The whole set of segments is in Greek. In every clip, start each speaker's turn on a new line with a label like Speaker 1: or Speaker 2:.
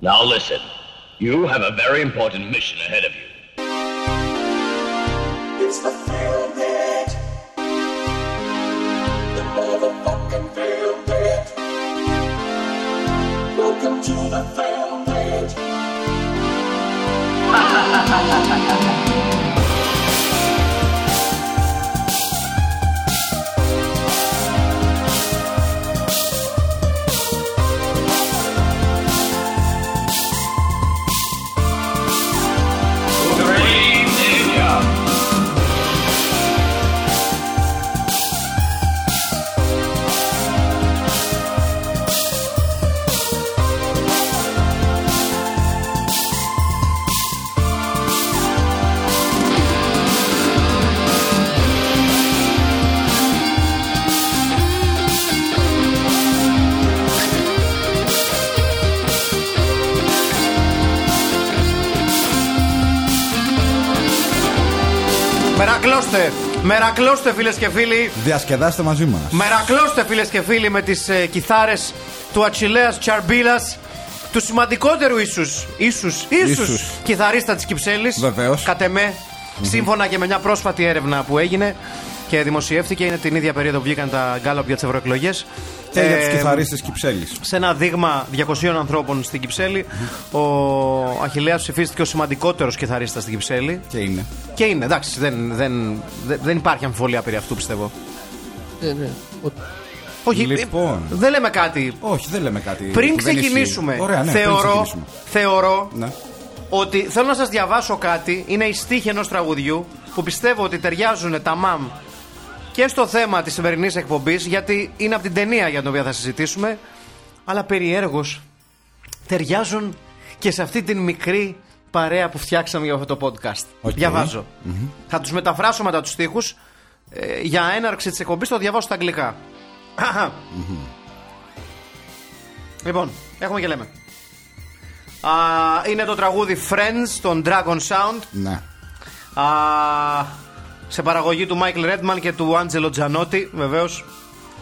Speaker 1: Now listen, you have a very important mission ahead of you.
Speaker 2: It's the Feel Bit. The motherfucking Feel Bit. Welcome to the Feel Bit.
Speaker 3: Μερακλώστε! Μερακλώστε, φίλες και φίλοι!
Speaker 4: Διασκεδάστε μαζί μας.
Speaker 3: Μερακλώστε, φίλες και φίλοι, με τις ε, κιθάρες του Ατσιλέα Τσαρμπίλας, του σημαντικότερου ίσω, ίσω, ίσω
Speaker 4: Ίσους.
Speaker 3: κιθαρίστα της Κυψέλης.
Speaker 4: Βεβαίως.
Speaker 3: Κατ' εμέ, σύμφωνα και με μια πρόσφατη έρευνα που έγινε και δημοσιεύτηκε, είναι την ίδια περίοδο που βγήκαν τα γκάλοπ για τι ευρωεκλογέ.
Speaker 4: Και για
Speaker 3: Ε,
Speaker 4: του κυθαρίστε Κυψέλης.
Speaker 3: σε ένα δείγμα 200 ανθρώπων στην Κυψέλη, ο Αχιλέας ψηφίστηκε ο σημαντικότερος κιθαρίστας στην Κυψέλη.
Speaker 4: Και είναι.
Speaker 3: Και είναι, εντάξει, δεν, δεν, δε- δεν υπάρχει αμφιβολία περί αυτού, πιστεύω. Όχι,
Speaker 4: Λοιπόν.
Speaker 3: ε, δεν λέμε κάτι.
Speaker 4: Όχι, δεν λέμε κάτι.
Speaker 3: Πριν
Speaker 4: που δεν ισχύει.
Speaker 3: ξεκινήσουμε,
Speaker 4: Ωραία, ναι,
Speaker 3: θεωρώ,
Speaker 4: Πριν ξεκινήσουμε.
Speaker 3: θεωρώ
Speaker 4: Ναι.
Speaker 3: ότι θέλω να σας διαβάσω κάτι. Είναι η στίχη ενός τραγουδιού που πιστεύω ότι ταιριάζουν τα μαμ και στο θέμα της σημερινής εκπομπής γιατί είναι από την ταινία για την οποία θα συζητήσουμε αλλά περιέργως ταιριάζουν και σε αυτή την μικρή παρέα που φτιάξαμε για αυτό το podcast.
Speaker 4: Οκ.
Speaker 3: Διαβάζω. Θα τους μεταφράσω μετά τους στίχους ε, για έναρξη της εκπομπής το διαβάσω στα αγγλικά. Λοιπόν, έχουμε και λέμε. Α, είναι το τραγούδι Friends των Dragon Sound.
Speaker 4: Ναι.
Speaker 3: Α, σε παραγωγή του Michael Redman και του Angelo Gianotti, βεβαίως.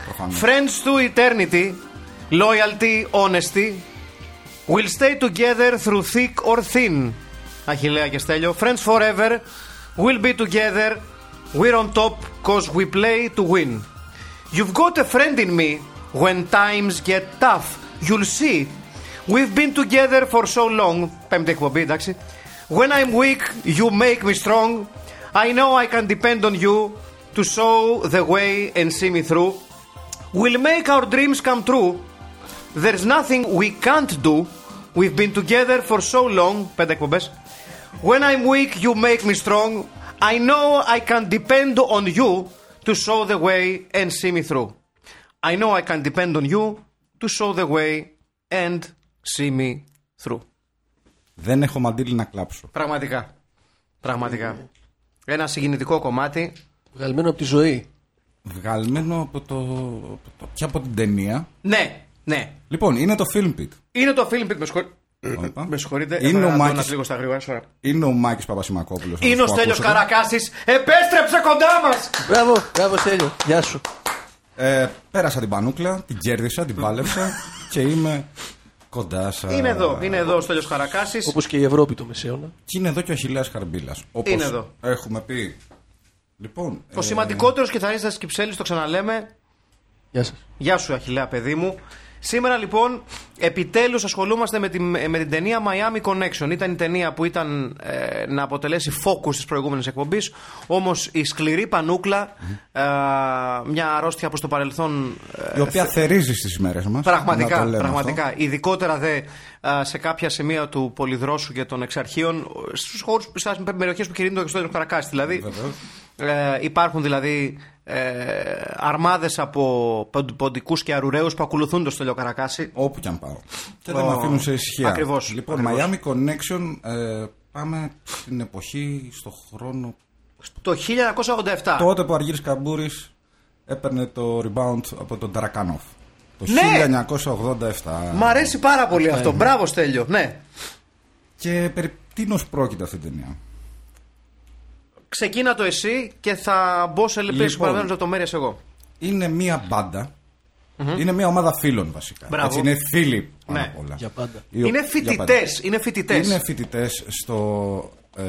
Speaker 4: Προφανώς.
Speaker 3: Friends to Eternity, Loyalty, Honesty. We'll stay together through thick or thin. Αχιλέα και Στέλιο. Friends forever, we'll be together. We're on top, cause we play to win. You've got a friend in me. When times get tough, you'll see. We've been together for so long. Πέμπτη εκπομπή, εντάξει. When I'm weak, you make me strong. I know I can depend on you to show the way and see me through. We'll make our dreams come true. There's nothing we can't do. We've been together for so long. Πέντε εκπομπές. When I'm weak, you make me strong. I know I can depend on you to show the way and see me through. I know I can depend on you to show the way and see me through.
Speaker 4: Δεν έχω μαντήλι να κλάψω.
Speaker 3: Πραγματικά. Πραγματικά. Ένα συγκινητικό κομμάτι.
Speaker 5: Βγαλμένο από τη ζωή.
Speaker 4: Βγαλμένο από το... από το- και από την ταινία.
Speaker 3: Ναι, ναι.
Speaker 4: Λοιπόν, είναι το Film Pit.
Speaker 3: Είναι το Film Pit. Με, συγχωρεί-
Speaker 4: Όπα.
Speaker 3: με συγχωρείτε.
Speaker 4: Είναι
Speaker 3: Έπρεπε
Speaker 4: ο
Speaker 3: να το
Speaker 4: Μάκης-
Speaker 3: αναπλήγω στα γρήγορα. sorry.
Speaker 4: Είναι ο Μάκης Παπασημακόπουλος.
Speaker 3: Είναι ο Στέλιος Καρακάσης Επέστρεψε κοντά μας
Speaker 5: Μπράβο, μπράβο Στέλιο. Γεια σου.
Speaker 4: Ε, πέρασα την πανούκλα, την κέρδισα, την πάλεψα και είμαι κοντά σας.
Speaker 3: Είναι εδώ, είναι εδώ ο Στέλιος Καρακάσης
Speaker 5: Όπως και η Ευρώπη του Μεσαίωνα.
Speaker 4: Και είναι εδώ και ο Αχιλέα Καρμπίλα. Όπως
Speaker 3: Είναι εδώ.
Speaker 4: έχουμε πει. Λοιπόν.
Speaker 3: Ο
Speaker 4: ε,
Speaker 3: σημαντικότερος κιθαρίστας της Κυψέλης Το ξαναλέμε
Speaker 5: Γεια σας.
Speaker 3: Γεια σου Αχιλέα παιδί μου Σήμερα λοιπόν επιτέλους ασχολούμαστε με την, με την ταινία Miami Connection Ήταν η ταινία που ήταν ε, να αποτελέσει focus της προηγούμενης εκπομπής Όμως η σκληρή πανούκλα ε, Μια αρρώστια που στο παρελθόν ε,
Speaker 4: Η οποία θερίζει στις ημέρες μας.
Speaker 3: Πραγματικά, πραγματικά. Ειδικότερα δε α, σε κάποια σημεία του Πολυδρόσου και των Εξαρχείων, στους χώρους, στις περιοχές που κινείται το Χριστό Καρακάση. Δηλαδή, ε, υπάρχουν δηλαδή ε, αρμάδες από ποντικούς και αρουραίους που ακολουθούν το Στέλιο Καρακάση.
Speaker 4: Όπου κι αν πάω. Και δεν
Speaker 3: Ο-
Speaker 4: με αφήνουν σε ησυχία.
Speaker 3: Ακριβώς,
Speaker 4: Λοιπόν, Miami Connection, ε, πάμε στην εποχή, στο χρόνο.
Speaker 3: Το 1987.
Speaker 4: Τότε που Αργύρης Καμπούρης έπαιρνε το rebound από τον Ταρακάνοφ. Το
Speaker 3: Ναι!
Speaker 4: 1987.
Speaker 3: Μ' αρέσει πάρα πολύ αυτό. Μπράβο, Στέλιο. Ναι.
Speaker 4: Και περί τίνος πρόκειται αυτή η ταινία.
Speaker 3: Ξεκίνα το εσύ και θα μπω σε λεπτές
Speaker 4: Λοιπόν.
Speaker 3: λοιπόν. παραμένω λεπτομέρειες εγώ.
Speaker 4: Είναι μία μπάντα Είναι μια ομάδα φίλων βασικά.
Speaker 3: Μπράβο.
Speaker 4: Έτσι, είναι φίλοι πάνω
Speaker 3: Ναι.
Speaker 4: απ' όλα.
Speaker 5: Για πάντα.
Speaker 4: Οι
Speaker 3: Είναι
Speaker 4: οποίοι- για
Speaker 3: φοιτητέ.
Speaker 4: πάντα.
Speaker 3: Είναι φοιτητές.
Speaker 4: Είναι φοιτητές στο, ε,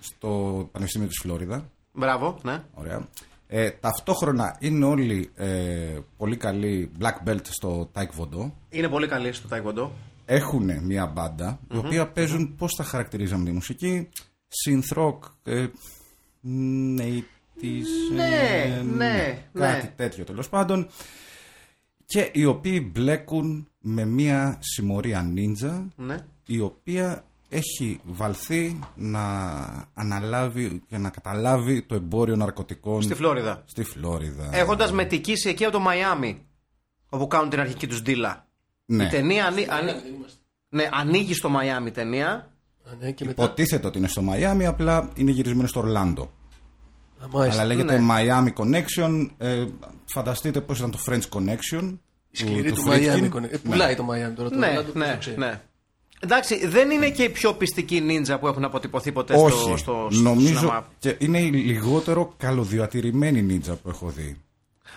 Speaker 4: στο Πανεπιστήμιο της Φλόριδα.
Speaker 3: Μπράβο, ναι.
Speaker 4: Ωραία. Ε, ταυτόχρονα είναι όλοι ε, πολύ καλοί black belt στο Taekwondo.
Speaker 3: Είναι πολύ καλή στο Ταϊκοντό.
Speaker 4: Έχουν μια μπάντα, η οποία παίζουν, πώς τα χαρακτηρίζαμε τη μουσική, synth rock, ε, 80s,
Speaker 3: Ναι, ναι,
Speaker 4: ε, κάτι
Speaker 3: ναι.
Speaker 4: τέτοιο τέλος πάντων. Και οι οποίοι μπλέκουν με μια συμμορία νίντζα,
Speaker 3: Ναι.
Speaker 4: η οποία έχει βαλθεί να αναλάβει και να καταλάβει το εμπόριο ναρκωτικών
Speaker 3: Στη Φλόριδα.
Speaker 4: στη Φλόριδα.
Speaker 3: Έχοντας μετικήσει εκεί από το Μαϊάμι. Όπου κάνουν την αρχική τους ντύλα.
Speaker 4: Ναι.
Speaker 3: Η ταινία ανοί- ανοί- ναι, ανοίγει στο Μαϊάμι η ταινία.
Speaker 5: Α, ναι, και μετά.
Speaker 4: Υποτίθεται ότι είναι στο Μαϊάμι, απλά είναι γυρισμένο στο Ορλάντο.
Speaker 5: Α, μάλιστα.
Speaker 4: Αλλά λέγεται
Speaker 3: Ναι.
Speaker 4: Miami Connection. Ε, φανταστείτε πώς ήταν το French Connection.
Speaker 5: Σκληρή του
Speaker 4: Friedkin.
Speaker 5: Μαϊάμι. κονέ- Ε, Πουλάει το Μαϊάμι τώρα. το
Speaker 3: Ναι,
Speaker 5: Οργάντο, ποιος
Speaker 3: ναι,
Speaker 5: το ξέρει.
Speaker 3: ναι. Εντάξει, δεν είναι και οι πιο πιστικοί νίντζα που έχουν αποτυπωθεί ποτέ
Speaker 4: Όχι,
Speaker 3: Ε, στο, στο, στο
Speaker 4: νομίζω
Speaker 3: σινεμά.
Speaker 4: και είναι η λιγότερο καλοδιατηρημένη νίτσα που έχω δει.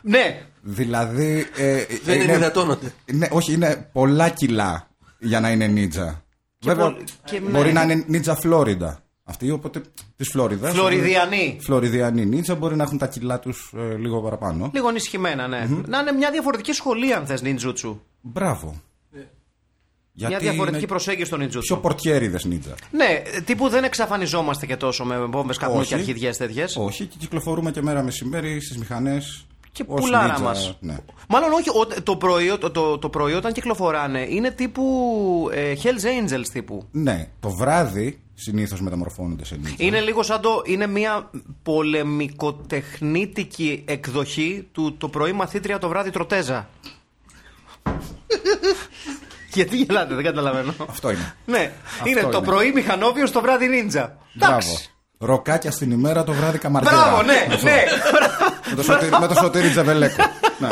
Speaker 3: Ναι,
Speaker 4: Δηλαδή. ε,
Speaker 5: Δεν είναι υδατώνονται.
Speaker 4: είναι- όχι, είναι πολλά κιλά για να είναι νίτσα. Βέβαια,
Speaker 3: πολλ- και
Speaker 4: μπορεί
Speaker 3: ναι.
Speaker 4: να είναι νίτσα Φλόριντα. Αυτή, οπότε της Φλόριδας.
Speaker 3: Φλωριδιανοί.
Speaker 4: Φλωριδιανή νίτσα μπορεί να έχουν τα κιλά τους λίγο παραπάνω.
Speaker 3: Λίγο ενισχυμένα, ναι. Να είναι μια διαφορετική σχολή, αν θες, νιντζούτσου.
Speaker 4: Μπράβο.
Speaker 3: Ναι. Μια
Speaker 4: είναι
Speaker 3: διαφορετική προσέγγιση στον νιντζούτσου.
Speaker 4: Πιο πορτιέριδες νίτσα.
Speaker 3: Ναι, τύπου δεν εξαφανιζόμαστε και τόσο με βόμβες καπνού
Speaker 4: Όχι.
Speaker 3: και αρχιδιέ τέτοιες.
Speaker 4: Όχι, και κυκλοφορούμε και μέρα μεσημέρι στις μηχανές.
Speaker 3: Και πουλάρα μας.
Speaker 4: Ναι.
Speaker 3: Μάλλον όχι, ο- το πρωί, το, το, το πρωί όταν κυκλοφοράνε είναι τύπου ε, Hells Angels τύπου.
Speaker 4: ναι, το βράδυ συνήθως μεταμορφώνονται σε νύχτα.
Speaker 3: Είναι λίγο σαν το. Είναι μια πολεμικοτεχνίτικη εκδοχή του το πρωί μαθήτρια το βράδυ τροτέζα. Γιατί γελάτε, δεν καταλαβαίνω.
Speaker 4: Αυτό είναι.
Speaker 3: ναι, είναι το
Speaker 4: είναι.
Speaker 3: πρωί μηχανόβιος, το βράδυ νίντζα.
Speaker 4: Μπράβο.
Speaker 3: Εντάξει.
Speaker 4: Ροκάκια στην ημέρα, το βράδυ καμαρτέρα.
Speaker 3: Μπράβο, ναι,
Speaker 4: Αυτό.
Speaker 3: ναι.
Speaker 4: Με το σωτήρι, με το σωτήρι Τζαβελέκο. ναι.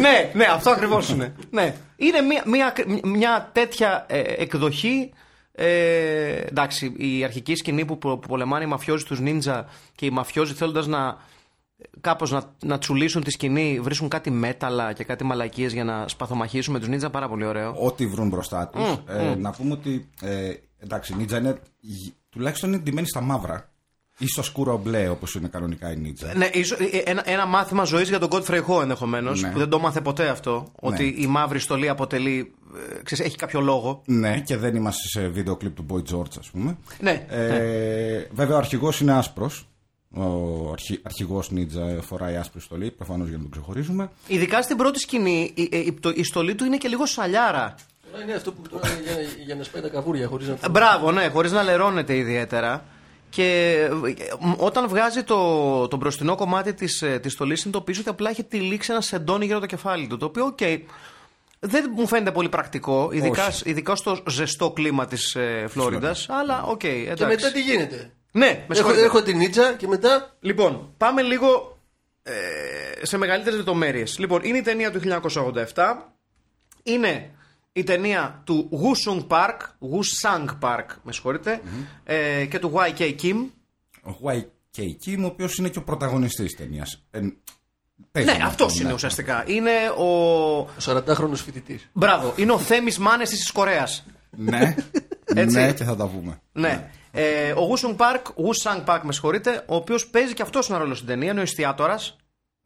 Speaker 3: ναι, ναι, αυτό ακριβώς είναι. ναι. Είναι μια, μια, μια τέτοια ε, εκδοχή. Ε, εντάξει, η αρχική σκηνή που, προ- που πολεμάνε οι μαφιόζοι τους νίντζα και οι μαφιόζοι θέλοντας να κάπως να, να τσουλήσουν τη σκηνή, βρίσκουν κάτι μέταλλα και κάτι μαλακίες για να σπαθομαχήσουν με τους νίντζα. Πάρα πολύ ωραίο.
Speaker 4: Ό,τι βρουν μπροστά τους. ε, Να πούμε ότι. Ε, εντάξει, η νίτσα είναι. γυ- τουλάχιστον είναι ντυμένη στα μαύρα. Ή στο σκούρο μπλε, όπως είναι κανονικά η νίτσα.
Speaker 3: Ναι, ίσο- ε, ένα, ένα μάθημα ζωής για τον Godfrey Ho ενδεχομένως,
Speaker 4: Ναι.
Speaker 3: που δεν το μάθε ποτέ αυτό. Ότι η μαύρη στολή αποτελεί. ε, ξέρεις, έχει κάποιο λόγο.
Speaker 4: Ναι, και δεν είμαστε σε βίντεο κλιπ του Boy George, ας πούμε.
Speaker 3: Ναι,
Speaker 4: Ε, Βέβαια, ο αρχηγός είναι άσπρος. Ο αρχι, αρχηγός Νίτζα φοράει άσπρη στολή, προφανώς για να τον ξεχωρίζουμε.
Speaker 3: Ειδικά στην πρώτη σκηνή, η, ε, η, το- η στολή του είναι και λίγο σαλιάρα.
Speaker 5: Τώρα είναι ναι, αυτό που τώρα είναι για, για να σπάει τα καβούρια χωρίς να.
Speaker 3: Ε, Μπράβο, ναι, χωρίς να λερώνεται ιδιαίτερα. Και ε, ε, όταν βγάζει το, το μπροστινό κομμάτι της ε, της στολής, συνειδητοποιείς ότι απλά έχει τυλίξει ένα σεντόνι γύρω από το κεφάλι του. Το οποίο, οκ, δεν μου φαίνεται πολύ πρακτικό, ειδικά, σ- ειδικά στο ζεστό κλίμα της ε, Φλόριντα. Αλλά, οκ,
Speaker 5: Και
Speaker 3: εντάξει.
Speaker 5: μετά τι γίνεται.
Speaker 3: Ναι, με
Speaker 5: Έχω,
Speaker 3: συγχωρείτε.
Speaker 5: έχω την νίτσα και μετά.
Speaker 3: Λοιπόν, πάμε λίγο ε, σε μεγαλύτερες λεπτομέρειες. Λοιπόν, είναι η ταινία του 1987. Είναι η ταινία του Woo Sung Park, Woo Sang Park, με συγχωρειτε ε, και του YK Kim.
Speaker 4: Ο YK Kim, ο οποίος είναι και ο Ε, πρωταγωνιστής ταινίας.
Speaker 3: Ναι, αυτό είναι ουσιαστικά. Είναι ο.
Speaker 5: Ο 40χρονο φοιτητής.
Speaker 3: Μπράβο, είναι ο Θέμης Μάνε της Κορέας.
Speaker 4: Ναι,
Speaker 3: Έτσι.
Speaker 4: ναι, και θα τα πούμε.
Speaker 3: Ναι. Ε, ο Woo Sung Park, Woo Sang Park, με συγχωρείτε, ο οποίος παίζει και αυτός ένα ρόλο στην ταινία, είναι ο εστιατόρας.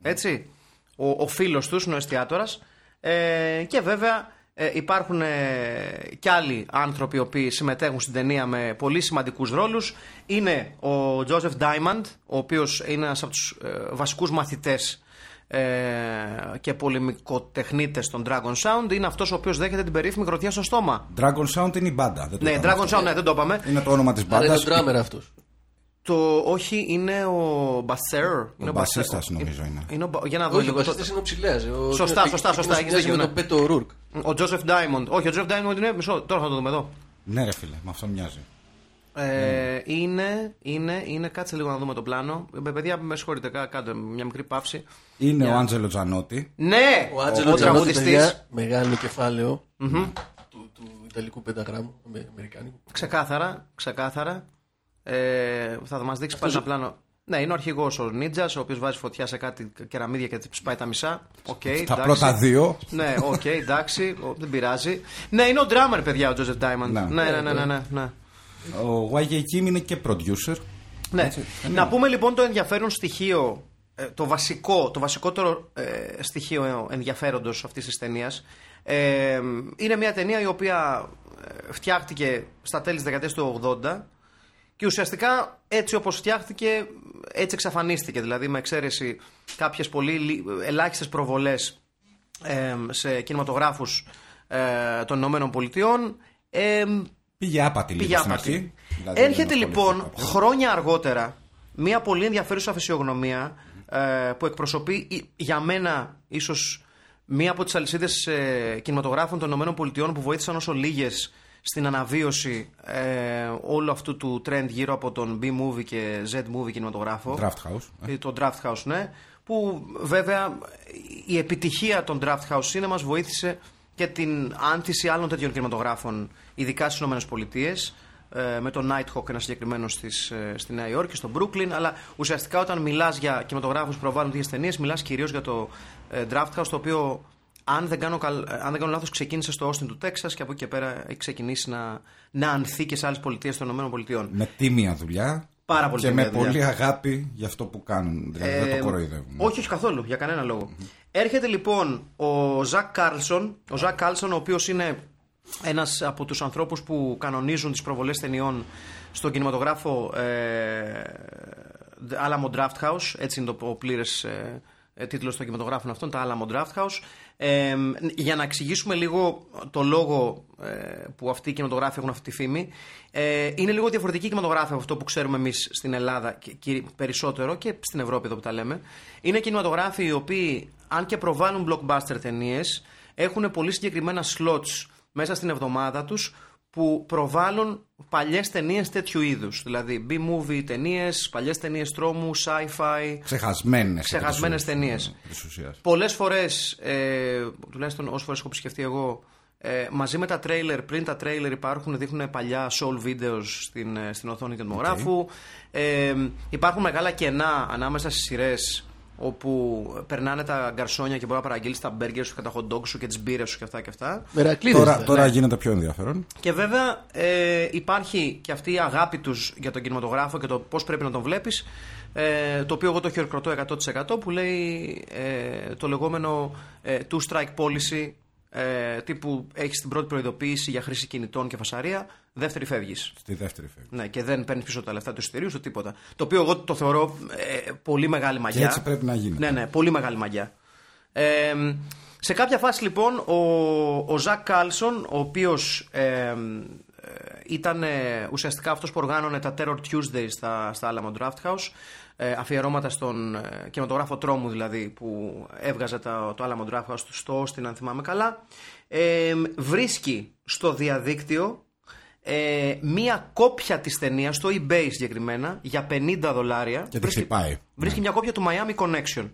Speaker 3: Έτσι. Ο, ο φίλος τους είναι ο εστιατόρας. Ε, και βέβαια ε, υπάρχουν ε, και άλλοι άνθρωποι οι οποίοι συμμετέχουν στην ταινία με πολύ σημαντικούς ρόλους. Είναι ο Τζόσεφ Ντάιμαντ, ο οποίος είναι ένας από τους ε, βασικούς μαθητές ε, και πολεμικοτεχνίτες των Dragon Sound. Είναι αυτός ο οποίος δέχεται την περίφημη γροθιά στο στόμα.
Speaker 4: Dragon Sound είναι η μπάντα. Δεν το
Speaker 3: Ναι,
Speaker 4: είπαμε
Speaker 3: Dragon
Speaker 4: αυτό.
Speaker 3: Sound, ναι, δεν το είπαμε.
Speaker 4: Είναι το όνομα της
Speaker 5: Άρα είναι
Speaker 4: μπάντας.
Speaker 5: ο ντράμερ αυτός.
Speaker 3: Το όχι είναι ο Μπασέρ. Είναι
Speaker 4: μπασίστας,
Speaker 3: Μπασέρ.
Speaker 4: νομίζω είναι.
Speaker 3: ο Μπα- για να δω
Speaker 5: Όχι, ο
Speaker 3: λίγο.
Speaker 5: βασιλιά είναι ο ψηλέα.
Speaker 3: λοιπόν, Σωστά, σωστά, σωστά, έχεις
Speaker 5: Έχει
Speaker 3: δίκιο,
Speaker 5: με
Speaker 3: ναι.
Speaker 5: τον Πέτο Ρούρκ.
Speaker 3: Ο Τζόσεφ Ντάιμοντ. Όχι, ο Τζόσεφ Ντάιμοντ είναι. Μισό, τώρα θα το δούμε εδώ.
Speaker 4: Ναι, ρε φίλε, με αυτό μοιάζει.
Speaker 3: Ε,
Speaker 4: Ναι.
Speaker 3: είναι, είναι, είναι, κάτσε λίγο να δούμε το πλάνο. Ε, παιδιά, με συγχωρείτε, κά- κάντε μια μικρή παύση.
Speaker 4: Είναι ο Άντζελο Τζανότη.
Speaker 3: Ναι!
Speaker 5: Ο Άντζελο
Speaker 3: τραγουδιστής.
Speaker 5: τραγουδιστή. Μεγάλο κεφάλαιο του, του Ιταλικού πενταγράμμου, αμε- Αμερικάνικου.
Speaker 3: Ξεκάθαρα, ξεκάθαρα. Ε, θα μας δείξει πάλι ένα πλάνο. Ναι, είναι ο αρχηγός ο Νίτζας, ο οποίος βάζει φωτιά σε κάτι κεραμίδια και σπάει τα μισά. Οκ,
Speaker 4: Τα
Speaker 3: εντάξει.
Speaker 4: πρώτα δύο.
Speaker 3: Ναι, οκ, εντάξει, ο, δεν πειράζει. Ναι, είναι ο drummer, παιδιά, ο Τζοζεφ Ντάιμαντ.
Speaker 4: Ναι.
Speaker 3: Ναι, ναι, ναι, ναι. ναι, ναι.
Speaker 4: Ο YG Kim είναι και producer.
Speaker 3: Ναι. Να πούμε λοιπόν το ενδιαφέρον στοιχείο, ε, το βασικό, το βασικότερο ε, στοιχείο ενδιαφέροντος αυτής της ταινίας. Ε, είναι μια ταινία η οποία ε, φτιάχτηκε στα τέλη της δεκαετίας του 80 και ουσιαστικά έτσι όπως φτιάχτηκε έτσι εξαφανίστηκε δηλαδή με εξαίρεση κάποιες πολύ λι- ελάχιστες προβολές ε, σε κινηματογράφους ε, των Ηνωμένων Πολιτειών ε,
Speaker 4: Πήγε άπατη λίγο
Speaker 3: Πήγε
Speaker 4: στην
Speaker 3: άπατη.
Speaker 4: αρχή. Δηλαδή,
Speaker 3: Έρχεται
Speaker 4: δεν
Speaker 3: λοιπόν
Speaker 4: ασχολήθηκε κάποιος.
Speaker 3: χρόνια αργότερα μια πολύ ενδιαφέρουσα φυσιογνωμία ε, που εκπροσωπεί ε, για μένα ίσως μία από τις αλυσίδες ε, κινηματογράφων των ΗΠΑ που βοήθησαν όσο λίγες στην αναβίωση ε, όλου αυτού του trend γύρω από τον B-movie και Z-movie κινηματογράφο.
Speaker 4: Draft House. ε.
Speaker 3: Ε, Το Draft House, ναι. Που βέβαια η επιτυχία των Draft House Cinema μας βοήθησε και την άνθηση άλλων τέτοιων κινηματογράφων, ειδικά στις ΗΠΑ, ε, με τον Nighthawk ένα συγκεκριμένο στις, ε, στη Νέα Υόρκη, στο Brooklyn. Αλλά ουσιαστικά όταν μιλάς για κινηματογράφους που προβάλλουν τέτοιες ταινίες, μιλάς κυρίως για το ε, Draft House, το οποίο αν δεν κάνω, καλ... ε, αν δεν κάνω λάθος ξεκίνησε στο Austin του Τέξας και από εκεί και πέρα έχει ξεκινήσει να, να ανθεί και σε άλλες πολιτείες των ΗΠΑ.
Speaker 4: Με τίμια δουλειά.
Speaker 3: Πάρα πολύ
Speaker 4: Και
Speaker 3: τίμια
Speaker 4: με
Speaker 3: δουλειά.
Speaker 4: πολύ αγάπη για αυτό που κάνουν. Δηλαδή δεν
Speaker 3: Ε,
Speaker 4: το κοροϊδεύουν.
Speaker 3: Όχι, όχι καθόλου, για κανένα λόγο. Έρχεται λοιπόν ο Ζακ Κάρλσον, ο Ζακ Κάρλσον ο οποίος είναι ένας από τους ανθρώπους που κανονίζουν τις προβολές ταινιών στον κινηματογράφο ε, Alamo Draft House, έτσι είναι το πλήρες ε, τίτλος των κινηματογράφων αυτών, τα Alamo Draft House. Ε, για να εξηγήσουμε λίγο το λόγο ε, που αυτοί οι κινηματογράφοι έχουν αυτή τη φήμη, ε, είναι λίγο διαφορετική κινηματογράφη από αυτό που ξέρουμε εμείς στην Ελλάδα και, και περισσότερο και στην Ευρώπη εδώ που τα λέμε. Είναι κινηματογράφοι οι οποίοι, αν και προβάλλουν blockbuster ταινίες, έχουν πολύ συγκεκριμένα slots μέσα στην εβδομάδα τους που προβάλλουν παλιές ταινίες τέτοιου είδους. Δηλαδή, B-movie ταινίες, παλιές ταινίες τρόμου, sci-fi.
Speaker 4: Ξεχασμένες.
Speaker 3: Ξεχασμένες ταινίες. Πολλές φορές, ε, τουλάχιστον όσες φορές έχω επισκεφτεί εγώ, ε, μαζί με τα τρέιλερ, πριν τα τρέιλερ υπάρχουν, δείχνουν παλιά soul videos στην, ε, στην οθόνη του δημογράφου. Ε, υπάρχουν μεγάλα κενά ανάμεσα στις σειρές όπου περνάνε τα γκαρσόνια και μπορεί να παραγγείλεις τα μπέργκερ σου και τα hot dog σου και τις μπύρες σου και αυτά και αυτά.
Speaker 5: Μερακλείδες.
Speaker 4: Τώρα,
Speaker 5: ήταν.
Speaker 3: Ναι.
Speaker 4: τώρα γίνεται πιο ενδιαφέρον.
Speaker 3: Και βέβαια ε, υπάρχει και αυτή η αγάπη τους για τον κινηματογράφο και το πώς πρέπει να τον βλέπεις. Ε, το οποίο εγώ το χειροκροτώ 100% που λέει ε, το λεγόμενο ε, two strike policy ε, τύπου έχεις την πρώτη προειδοποίηση για χρήση κινητών και φασαρία, δεύτερη φεύγεις.
Speaker 4: Στη δεύτερη φεύγη.
Speaker 3: Ναι, και δεν παίρνεις πίσω τα λεφτά του εισιτηρίου σου τίποτα. Το οποίο εγώ το θεωρώ ε, πολύ μεγάλη μαγιά.
Speaker 4: έτσι πρέπει να γίνεται.
Speaker 3: Ναι, ναι, πολύ μεγάλη μαγιά. Ε, σε κάποια φάση λοιπόν ο, ο Ζακ Κάλσον, ο οποίος ήταν ε, ουσιαστικά αυτός που οργάνωνε τα Terror Tuesdays στα, στα Alamo Draft House, ε, αφιερώματα στον ε, κινηματογράφο τρόμου δηλαδή που έβγαζε τα, το Alamo Draft House στο Austin αν θυμάμαι καλά, ε, βρίσκει στο διαδίκτυο ε, μία κόπια της ταινίας στο eBay συγκεκριμένα για 50 δολάρια.
Speaker 4: τη
Speaker 3: Βρίσκει-
Speaker 4: χτυπάει.
Speaker 3: Βρίσκει μια κόπια του Miami Connection.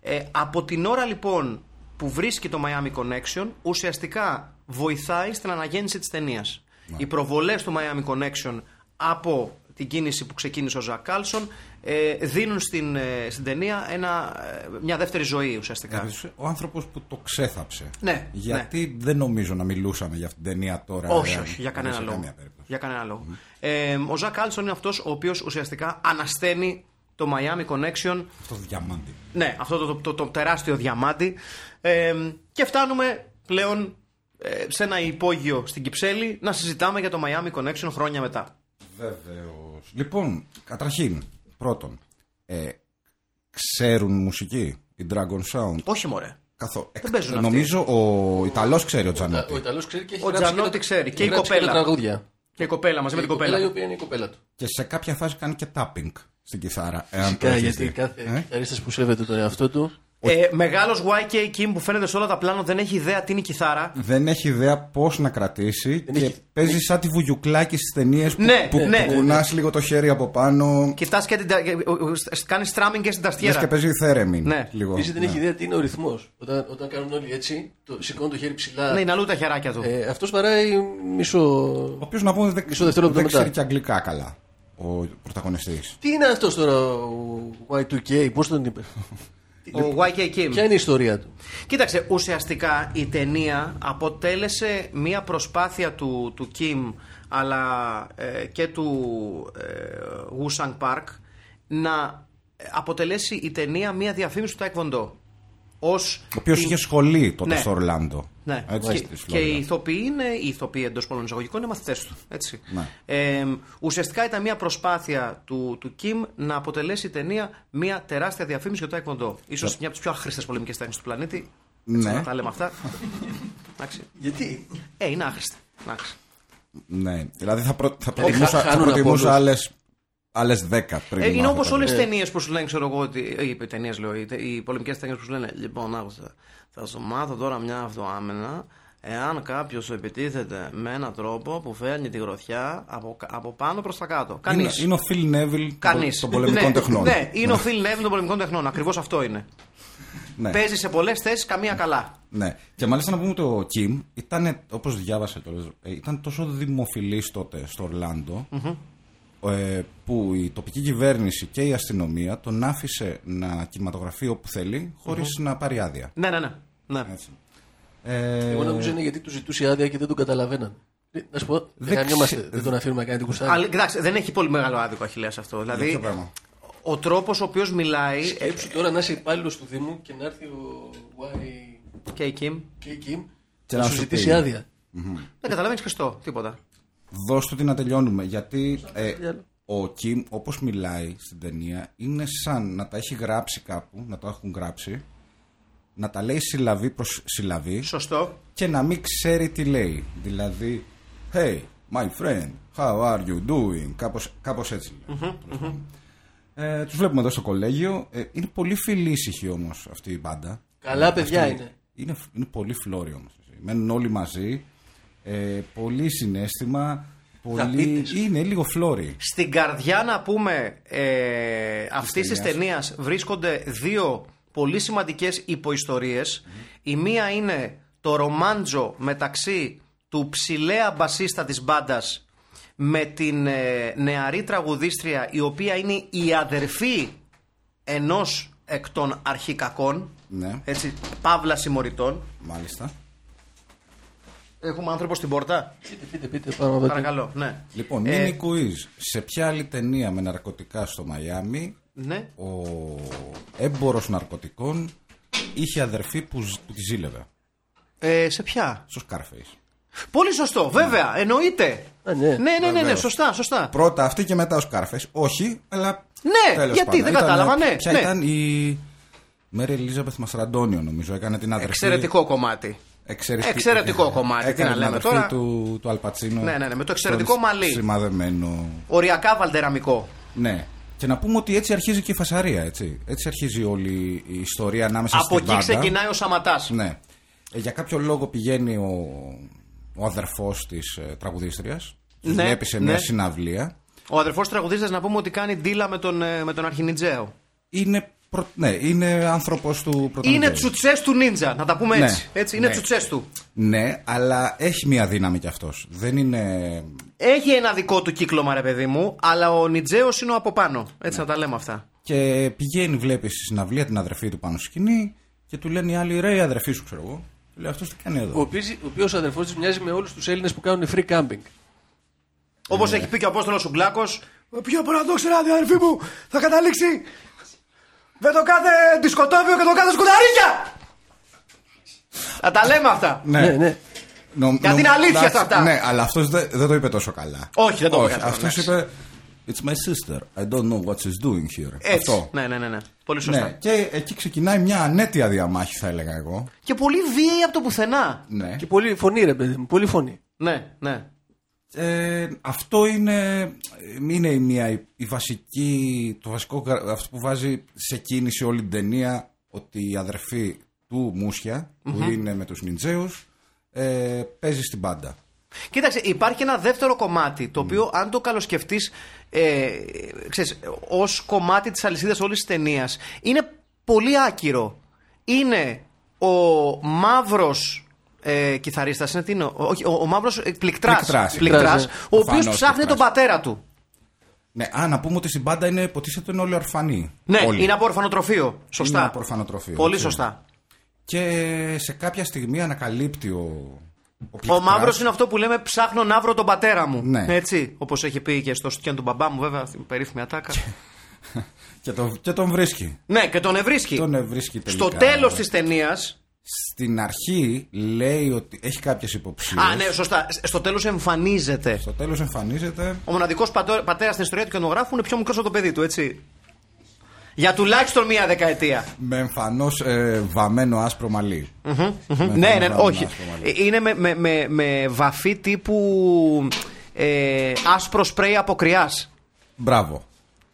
Speaker 3: Ε, από την ώρα λοιπόν που βρίσκει το Miami Connection, ουσιαστικά βοηθάει στην αναγέννηση της ταινίας.
Speaker 4: Ναι.
Speaker 3: Οι προβολές του Miami Connection από την κίνηση που ξεκίνησε ο Ζακ Κάλσον ε, δίνουν στην, ε, στην ταινία ένα, ε, μια δεύτερη ζωή ουσιαστικά.
Speaker 4: Δηλαδή, ο άνθρωπος που το ξέθαψε.
Speaker 3: Ναι,
Speaker 4: Γιατί δεν νομίζω να μιλούσαμε για αυτήν την ταινία τώρα.
Speaker 3: Όχι,
Speaker 4: δηλαδή,
Speaker 3: όχι, για κανένα
Speaker 4: σε
Speaker 3: λόγο.
Speaker 4: καμία περίπτωση.
Speaker 3: Για κανένα λόγο. Ε, ο Ζακ Κάλσον είναι αυτός ο οποίος ουσιαστικά ανασταίνει το Miami Connection.
Speaker 4: Αυτό το διαμάντι.
Speaker 3: Ναι, αυτό το, το, το, το τεράστιο διαμάντι. Ε, και φτάνουμε πλέον ε, σε ένα υπόγειο στην Κυψέλη να συζητάμε για το Miami Connection χρόνια μετά.
Speaker 4: Βεβαίως. Λοιπόν, καταρχήν, πρώτον, ε, ξέρουν μουσική η Dragon Sound.
Speaker 3: Όχι, μωρέ.
Speaker 4: Καθό... εκ-
Speaker 3: παίζουν αυτοί.
Speaker 4: νομίζω ο Ιταλός ξέρει ο Τζανότη.
Speaker 5: Ο Ιταλός ξέρει και έχει
Speaker 3: Ο
Speaker 5: γράψει και τα-
Speaker 3: Τζανότη ξέρει και η
Speaker 5: γράψει
Speaker 3: κοπέλα.
Speaker 5: τα τραγούδια.
Speaker 3: Και η κοπέλα μαζί με την
Speaker 5: Η
Speaker 3: κοπέλα.
Speaker 4: Ε,
Speaker 5: οποία είναι η κοπέλα του.
Speaker 4: Και σε κάποια φάση κάνει και tapping στην κιθάρα. Εάν το
Speaker 5: Φυσικά,
Speaker 4: έχεις
Speaker 5: γιατί
Speaker 4: δει.
Speaker 5: κάθε
Speaker 4: Ε?
Speaker 5: κιθαρίστας που σέβεται τον εαυτό του.
Speaker 3: Ε, Μεγάλος YK Kim που φαίνεται σε όλα τα πλάνο δεν έχει ιδέα τι είναι η κιθάρα.
Speaker 4: Δεν έχει ιδέα πώς να κρατήσει και
Speaker 5: έχει-
Speaker 4: παίζει σαν τη βουγιουκλάκη στις ταινίες που,
Speaker 3: Ναι,
Speaker 4: που,
Speaker 3: ναι.
Speaker 4: που κουνάς λίγο το χέρι από πάνω.
Speaker 3: Κοιτάς και την. Κάνει στράμινγκ και στην
Speaker 4: Λες και
Speaker 3: ταστιέρα.
Speaker 4: παίζει θέρεμιν.
Speaker 3: Ναι.
Speaker 4: Λίγο.
Speaker 5: Επίσης δεν
Speaker 4: Ναι.
Speaker 5: έχει ιδέα τι είναι ο ρυθμός. Όταν, όταν κάνουν όλοι έτσι, το, σηκώνουν το χέρι ψηλά.
Speaker 3: Ναι, είναι αλλού τα χεράκια του.
Speaker 5: Ε, Αυτός παράει μισό.
Speaker 4: Ο οποίος να πούμε δεν,
Speaker 5: Μισό δευτερόλεπτο
Speaker 4: δεν
Speaker 5: μετά.
Speaker 4: ξέρει και αγγλικά καλά. ο πρωταγωνιστής.
Speaker 5: Τι είναι αυτός τώρα ο Y2K, πώς τον είπε.
Speaker 4: λοιπόν,
Speaker 3: Ο YK Kim.
Speaker 5: Ποια είναι η ιστορία του.
Speaker 3: Κοίταξε, ουσιαστικά η ταινία αποτέλεσε μία προσπάθεια του, του Kim αλλά ε, και του ε, Woo Sang Park να αποτελέσει η ταινία μία διαφήμιση του Taekwondo. Ως
Speaker 4: Ο οποίος
Speaker 3: την-
Speaker 4: είχε σχολή τότε
Speaker 3: Ναι.
Speaker 4: στο Ορλάντο.
Speaker 3: ναι.
Speaker 4: Έτσι,
Speaker 3: και,
Speaker 4: στη
Speaker 3: και
Speaker 4: Φλόριδα.
Speaker 3: οι ηθοποιοί είναι, οι ηθοποιοί εντός πολλών εισαγωγικών είναι μαθητές του. Έτσι.
Speaker 4: Ναι.
Speaker 3: Ε, ουσιαστικά ήταν μια προσπάθεια του, του Κιμ να αποτελέσει η ταινία μια τεράστια διαφήμιση για το Taekwondo. σω μια από τις πιο άχρηστες πολεμικές τέχνες του πλανήτη. Έτσι,
Speaker 4: Ναι.
Speaker 3: Να τα λέμε αυτά. Εντάξει.
Speaker 5: Γιατί.
Speaker 3: Ε, είναι άχρηστη. Είναι άχρηστη.
Speaker 4: Ναι. Δηλαδή θα, προ... θα προτιμούσα,
Speaker 5: Ε, χα-
Speaker 4: θα
Speaker 5: χάνουν από
Speaker 4: προτιμούσα
Speaker 5: όλους.
Speaker 4: άλλες, άλλες 10 πριν.
Speaker 3: Ε, είναι
Speaker 4: μάθω
Speaker 3: όπω
Speaker 4: κάτι.
Speaker 3: όλες τι ταινίες που σου λένε, ξέρω εγώ, ότι. ε, Οι ταινίες λέω, οι, τε- οι πολεμικές ταινίες που σου λένε. Λοιπόν, άκουσα. Θα σου μάθω τώρα μια αυτοάμυνα. Εάν κάποιος σου επιτίθεται με έναν τρόπο που φέρνει τη γροθιά από, κα- από πάνω προς τα κάτω. Κανείς.
Speaker 4: Είναι, είναι ο Φιλ Νέβιλ
Speaker 3: Κανείς.
Speaker 4: των πολεμικών
Speaker 3: ναι,
Speaker 4: τεχνών.
Speaker 3: Ναι, είναι ο Φιλ Νέβιν των πολεμικών τεχνών. Ακριβώς αυτό είναι.
Speaker 4: Ναι.
Speaker 3: Παίζει σε πολλές θέσεις, καμία καλά.
Speaker 4: Ναι. Και μάλιστα να πούμε το Κιμ ήταν, όπω διάβασα το ε, ήταν τόσο δημοφιλής τότε στο ορλαντο ε, που η τοπική κυβέρνηση και η αστυνομία τον άφησε να κινηματογραφεί όπου θέλει χωρίς να πάρει άδεια.
Speaker 3: Ναι, ναι, ναι. ναι.
Speaker 4: Έτσι. Ε,
Speaker 5: Εγώ νομίζω είναι γιατί τους ζητούσε άδεια και δεν τον καταλαβαίναν. Ε, Να σου πω,
Speaker 4: Δεν
Speaker 5: δεν χανιόμαστε.
Speaker 4: ξε-
Speaker 5: Δεν τον αφήνουμε να κάνει την κουστάρι.
Speaker 3: Αλλά κοιτάξτε, δεν έχει πολύ μεγάλο άδικο αχιλέα αυτό. Δηλαδή,
Speaker 4: Ε, ποιο πράγμα?
Speaker 3: ο τρόπος ο οποίος μιλάει. ε,
Speaker 5: Σκέψου τώρα να είσαι υπάλληλος του Δήμου και να έρθει ο Y
Speaker 3: Και η Κιμ.
Speaker 5: Kim
Speaker 4: Και
Speaker 5: και
Speaker 4: να
Speaker 5: να σου
Speaker 4: σου
Speaker 5: ζητήσει
Speaker 4: πει.
Speaker 5: άδεια.
Speaker 3: Δεν καταλαβαίνεις χριστό, τίποτα.
Speaker 4: Δώσ' του τι να τελειώνουμε. Γιατί ε, ο Κιμ, όπως μιλάει στην ταινία, είναι σαν να τα έχει γράψει κάπου, να τα έχουν γράψει, να τα λέει συλλαβή προς συλλαβή
Speaker 3: Σωστό.
Speaker 4: και να μην ξέρει τι λέει. Δηλαδή, hey, my friend, how are you doing? Κάπως, κάπως έτσι. λέει. Τέλος πάντων. Ε, τους βλέπουμε εδώ στο κολέγιο. Ε, είναι πολύ φιλήσυχη όμως αυτή η μπάντα.
Speaker 5: Καλά παιδιά
Speaker 4: Αυτή
Speaker 5: είναι.
Speaker 4: Είναι, είναι πολύ φλόροι όμω. Μένουν όλοι μαζί. Ε, πολύ συνέστημα. Πολύ...
Speaker 5: πίτες.
Speaker 4: Είναι λίγο φλόροι.
Speaker 3: Στην καρδιά να πούμε ε, αυτής της
Speaker 4: ταινίας.
Speaker 3: ταινίας βρίσκονται δύο πολύ σημαντικές υποϊστορίες. Η μία είναι το ρομάντζο μεταξύ του ψηλέα μπασίστα της μπάντας με την ε, νεαρή τραγουδίστρια η οποία είναι η αδερφή ενός εκ των αρχικακών
Speaker 4: Ναι,
Speaker 3: έτσι, παύλα συμμοριτών
Speaker 4: μάλιστα.
Speaker 3: έχουμε άνθρωπο στην πόρτα
Speaker 5: Πείτε, πείτε, πείτε πάνω από το.
Speaker 3: παρακαλώ ναι.
Speaker 4: Λοιπόν,
Speaker 3: Ε,
Speaker 4: mini quiz. Σε ποια άλλη ταινία με ναρκωτικά στο Μαϊάμι
Speaker 3: ναι.
Speaker 4: ο έμπορος ναρκωτικών είχε αδερφή που, ζ- που τη ζήλευε.
Speaker 3: Ε, σε ποια
Speaker 4: Στο Scarface.
Speaker 3: Πολύ σωστό, βέβαια, εννοείται.
Speaker 5: Α, ναι.
Speaker 3: ναι, ναι, ναι, ναι,
Speaker 4: Ναι. Ε, Βεβαίως.
Speaker 3: σωστά, σωστά.
Speaker 4: Πρώτα αυτή και μετά ο Scarface. Όχι, αλλά.
Speaker 3: Ναι,
Speaker 4: τέλος
Speaker 3: γιατί,
Speaker 4: πάντων.
Speaker 3: δεν
Speaker 4: Ήταν-
Speaker 3: κατάλαβα, ναι,
Speaker 4: Ποια
Speaker 3: ναι.
Speaker 4: ήταν η. Μέρι Ελίζαπεθ Μαστραντόνιο, νομίζω. Έκανε την αδερφή.
Speaker 3: Εξαιρετικό κομμάτι.
Speaker 4: Εξαιρετικ-
Speaker 3: Εξαιρετικό κομμάτι, τι
Speaker 4: ναι. Έκανε
Speaker 3: να
Speaker 4: την
Speaker 3: λέμε
Speaker 4: αδερφή
Speaker 3: τώρα.
Speaker 4: Του, του Αλπατσίνο.
Speaker 3: Ναι, ναι, ναι, με το εξαιρετικό
Speaker 4: στον
Speaker 3: μαλλί.
Speaker 4: Σημαδεμένο.
Speaker 3: Οριακά βαλτεραμικό.
Speaker 4: Ναι. Και να πούμε ότι έτσι αρχίζει και η φασαρία, έτσι. Έτσι αρχίζει όλη η ιστορία ανάμεσα
Speaker 3: Από
Speaker 4: στην
Speaker 3: εκεί
Speaker 4: μπάντα.
Speaker 3: ξεκινάει ο Σαματάς.
Speaker 4: Ναι. Ε, για κάποιο λόγο πηγαίνει ο, ο αδερφός της ε, τραγουδίστριας. Τους
Speaker 3: Ναι,
Speaker 4: βλέπει σε μια
Speaker 3: ναι.
Speaker 4: συναυλία.
Speaker 3: Ο αδερφός τραγουδίστα να πούμε ότι κάνει ντύλα με τον, ε, με τον Αρχινιτζέο.
Speaker 4: Είναι, προ... ναι, είναι άνθρωπος του πρωταγωνιστή.
Speaker 3: Είναι τσουτσές του νίντζα, να τα πούμε
Speaker 4: Ναι.
Speaker 3: έτσι. έτσι είναι
Speaker 4: Ναι.
Speaker 3: τσουτσές του.
Speaker 4: Ναι, αλλά έχει μια δύναμη κι αυτός. Δεν είναι...
Speaker 3: Έχει ένα δικό του κύκλωμα, ρε παιδί μου, αλλά ο Νιτζέος είναι ο από πάνω. Έτσι
Speaker 4: Ναι.
Speaker 3: να τα λέμε αυτά.
Speaker 4: Και πηγαίνει, βλέπεις στη συναυλία την αδερφή του πάνω στη σκηνή και του λένε οι άλλοι: Ρε, η αδερφή σου, ξέρω εγώ. Του λέει αυτός τι κάνει εδώ.
Speaker 5: Ο οποίος αδερφός της μοιάζει με όλους τους Έλληνες που κάνουν free camping.
Speaker 3: Όπως έχει πει και ο Απόστολος Ουγκλάκο. Πιο πολύ να το ξέρα, αδερφή μου, θα καταλήξει. Με το κάθε δισκοτόπιο και το κάθε σκουταρίκια! Θα τα λέμε αυτά.
Speaker 4: Ναι,
Speaker 5: Ναι, ναι.
Speaker 4: Νο-
Speaker 3: Γιατί είναι
Speaker 4: νο-
Speaker 3: αλήθεια
Speaker 4: εντάξει,
Speaker 3: αυτά.
Speaker 4: Ναι, αλλά αυτός δεν δεν το είπε τόσο καλά.
Speaker 3: Όχι, δεν το είπε καλά,
Speaker 4: Αυτός
Speaker 3: εντάξει.
Speaker 4: είπε. It's my sister. I don't know what she's doing here.
Speaker 3: Έτσι.
Speaker 4: Αυτό.
Speaker 3: Ναι, ναι, ναι, ναι. Πολύ σωστά.
Speaker 4: Ναι, και εκεί ξεκινάει μια ανέτεια διαμάχη, θα έλεγα εγώ.
Speaker 3: Και πολύ βίαιη από το πουθενά.
Speaker 4: Ναι.
Speaker 5: Και πολύ φωνή, ρε παιδί μου, πολύ φωνή.
Speaker 3: Ναι, ναι.
Speaker 4: Ε, αυτό είναι, είναι η μία, η, η βασική, το βασικό, γρα- αυτό που βάζει σε κίνηση όλη την ταινία ότι η αδερφή του μουσια που είναι με τους Νιντζέους ε, παίζει στην πάντα.
Speaker 3: Κοίταξε, υπάρχει ένα δεύτερο κομμάτι
Speaker 4: Mm.
Speaker 3: το οποίο, αν το καλοσκεφτείς ε, ως κομμάτι της αλυσίδας όλης της ταινίας, είναι πολύ άκυρο. Είναι ο μαύρος ε, κιθαρίστας, είναι τι είναι, ο- όχι, ο, ο μαύρος πληκτράς.
Speaker 4: Πληκτράς. ε,
Speaker 5: Πληκτράς, ναι.
Speaker 3: ο οποίος
Speaker 4: Προφανώς
Speaker 3: ψάχνει
Speaker 4: πληκτράς.
Speaker 3: τον πατέρα του.
Speaker 4: Ναι, α, να πούμε ότι στην πάντα είναι, υποτίθεται είναι όλοι ορφανοί.
Speaker 3: Ναι,
Speaker 4: όλοι.
Speaker 3: είναι από ορφανοτροφείο. Σωστά.
Speaker 4: Είναι από ορφανοτροφείο,
Speaker 3: Πολύ
Speaker 4: έτσι.
Speaker 3: σωστά.
Speaker 4: Και σε κάποια στιγμή ανακαλύπτει ο. Ο,
Speaker 3: Ο
Speaker 4: πληκτράς.
Speaker 3: μαύρος είναι αυτό που λέμε ψάχνω να βρω τον πατέρα μου.
Speaker 4: Ναι.
Speaker 3: Έτσι. Όπως έχει πει και στο στιάν του μπαμπά μου, βέβαια, στην περίφημη ατάκα.
Speaker 4: Και, το, και τον βρίσκει.
Speaker 3: ναι, και τον ευρίσκει.
Speaker 4: Τον βρίσκει τελικά.
Speaker 3: Στο τέλος της ταινίας.
Speaker 4: Στην αρχή λέει ότι έχει κάποιες υποψίες.
Speaker 3: Α, ναι, σωστά. Στο τέλος εμφανίζεται.
Speaker 4: Στο τέλος εμφανίζεται.
Speaker 3: Ο μοναδικός πατέρας στην ιστορία του κινηματογράφου είναι πιο μικρός από το παιδί του, έτσι. Για τουλάχιστον μία δεκαετία.
Speaker 4: Με εμφανώς ε, βαμμένο άσπρο μαλλί. Με
Speaker 3: Ναι, ναι,
Speaker 4: εμφανώς
Speaker 3: ναι,
Speaker 4: βαμμένο
Speaker 3: όχι.
Speaker 4: άσπρο μαλλί.
Speaker 3: Ε, Είναι με, με, με, με βαφή τύπου ε, άσπρο σπρέι από κρυάς.
Speaker 4: Μπράβο.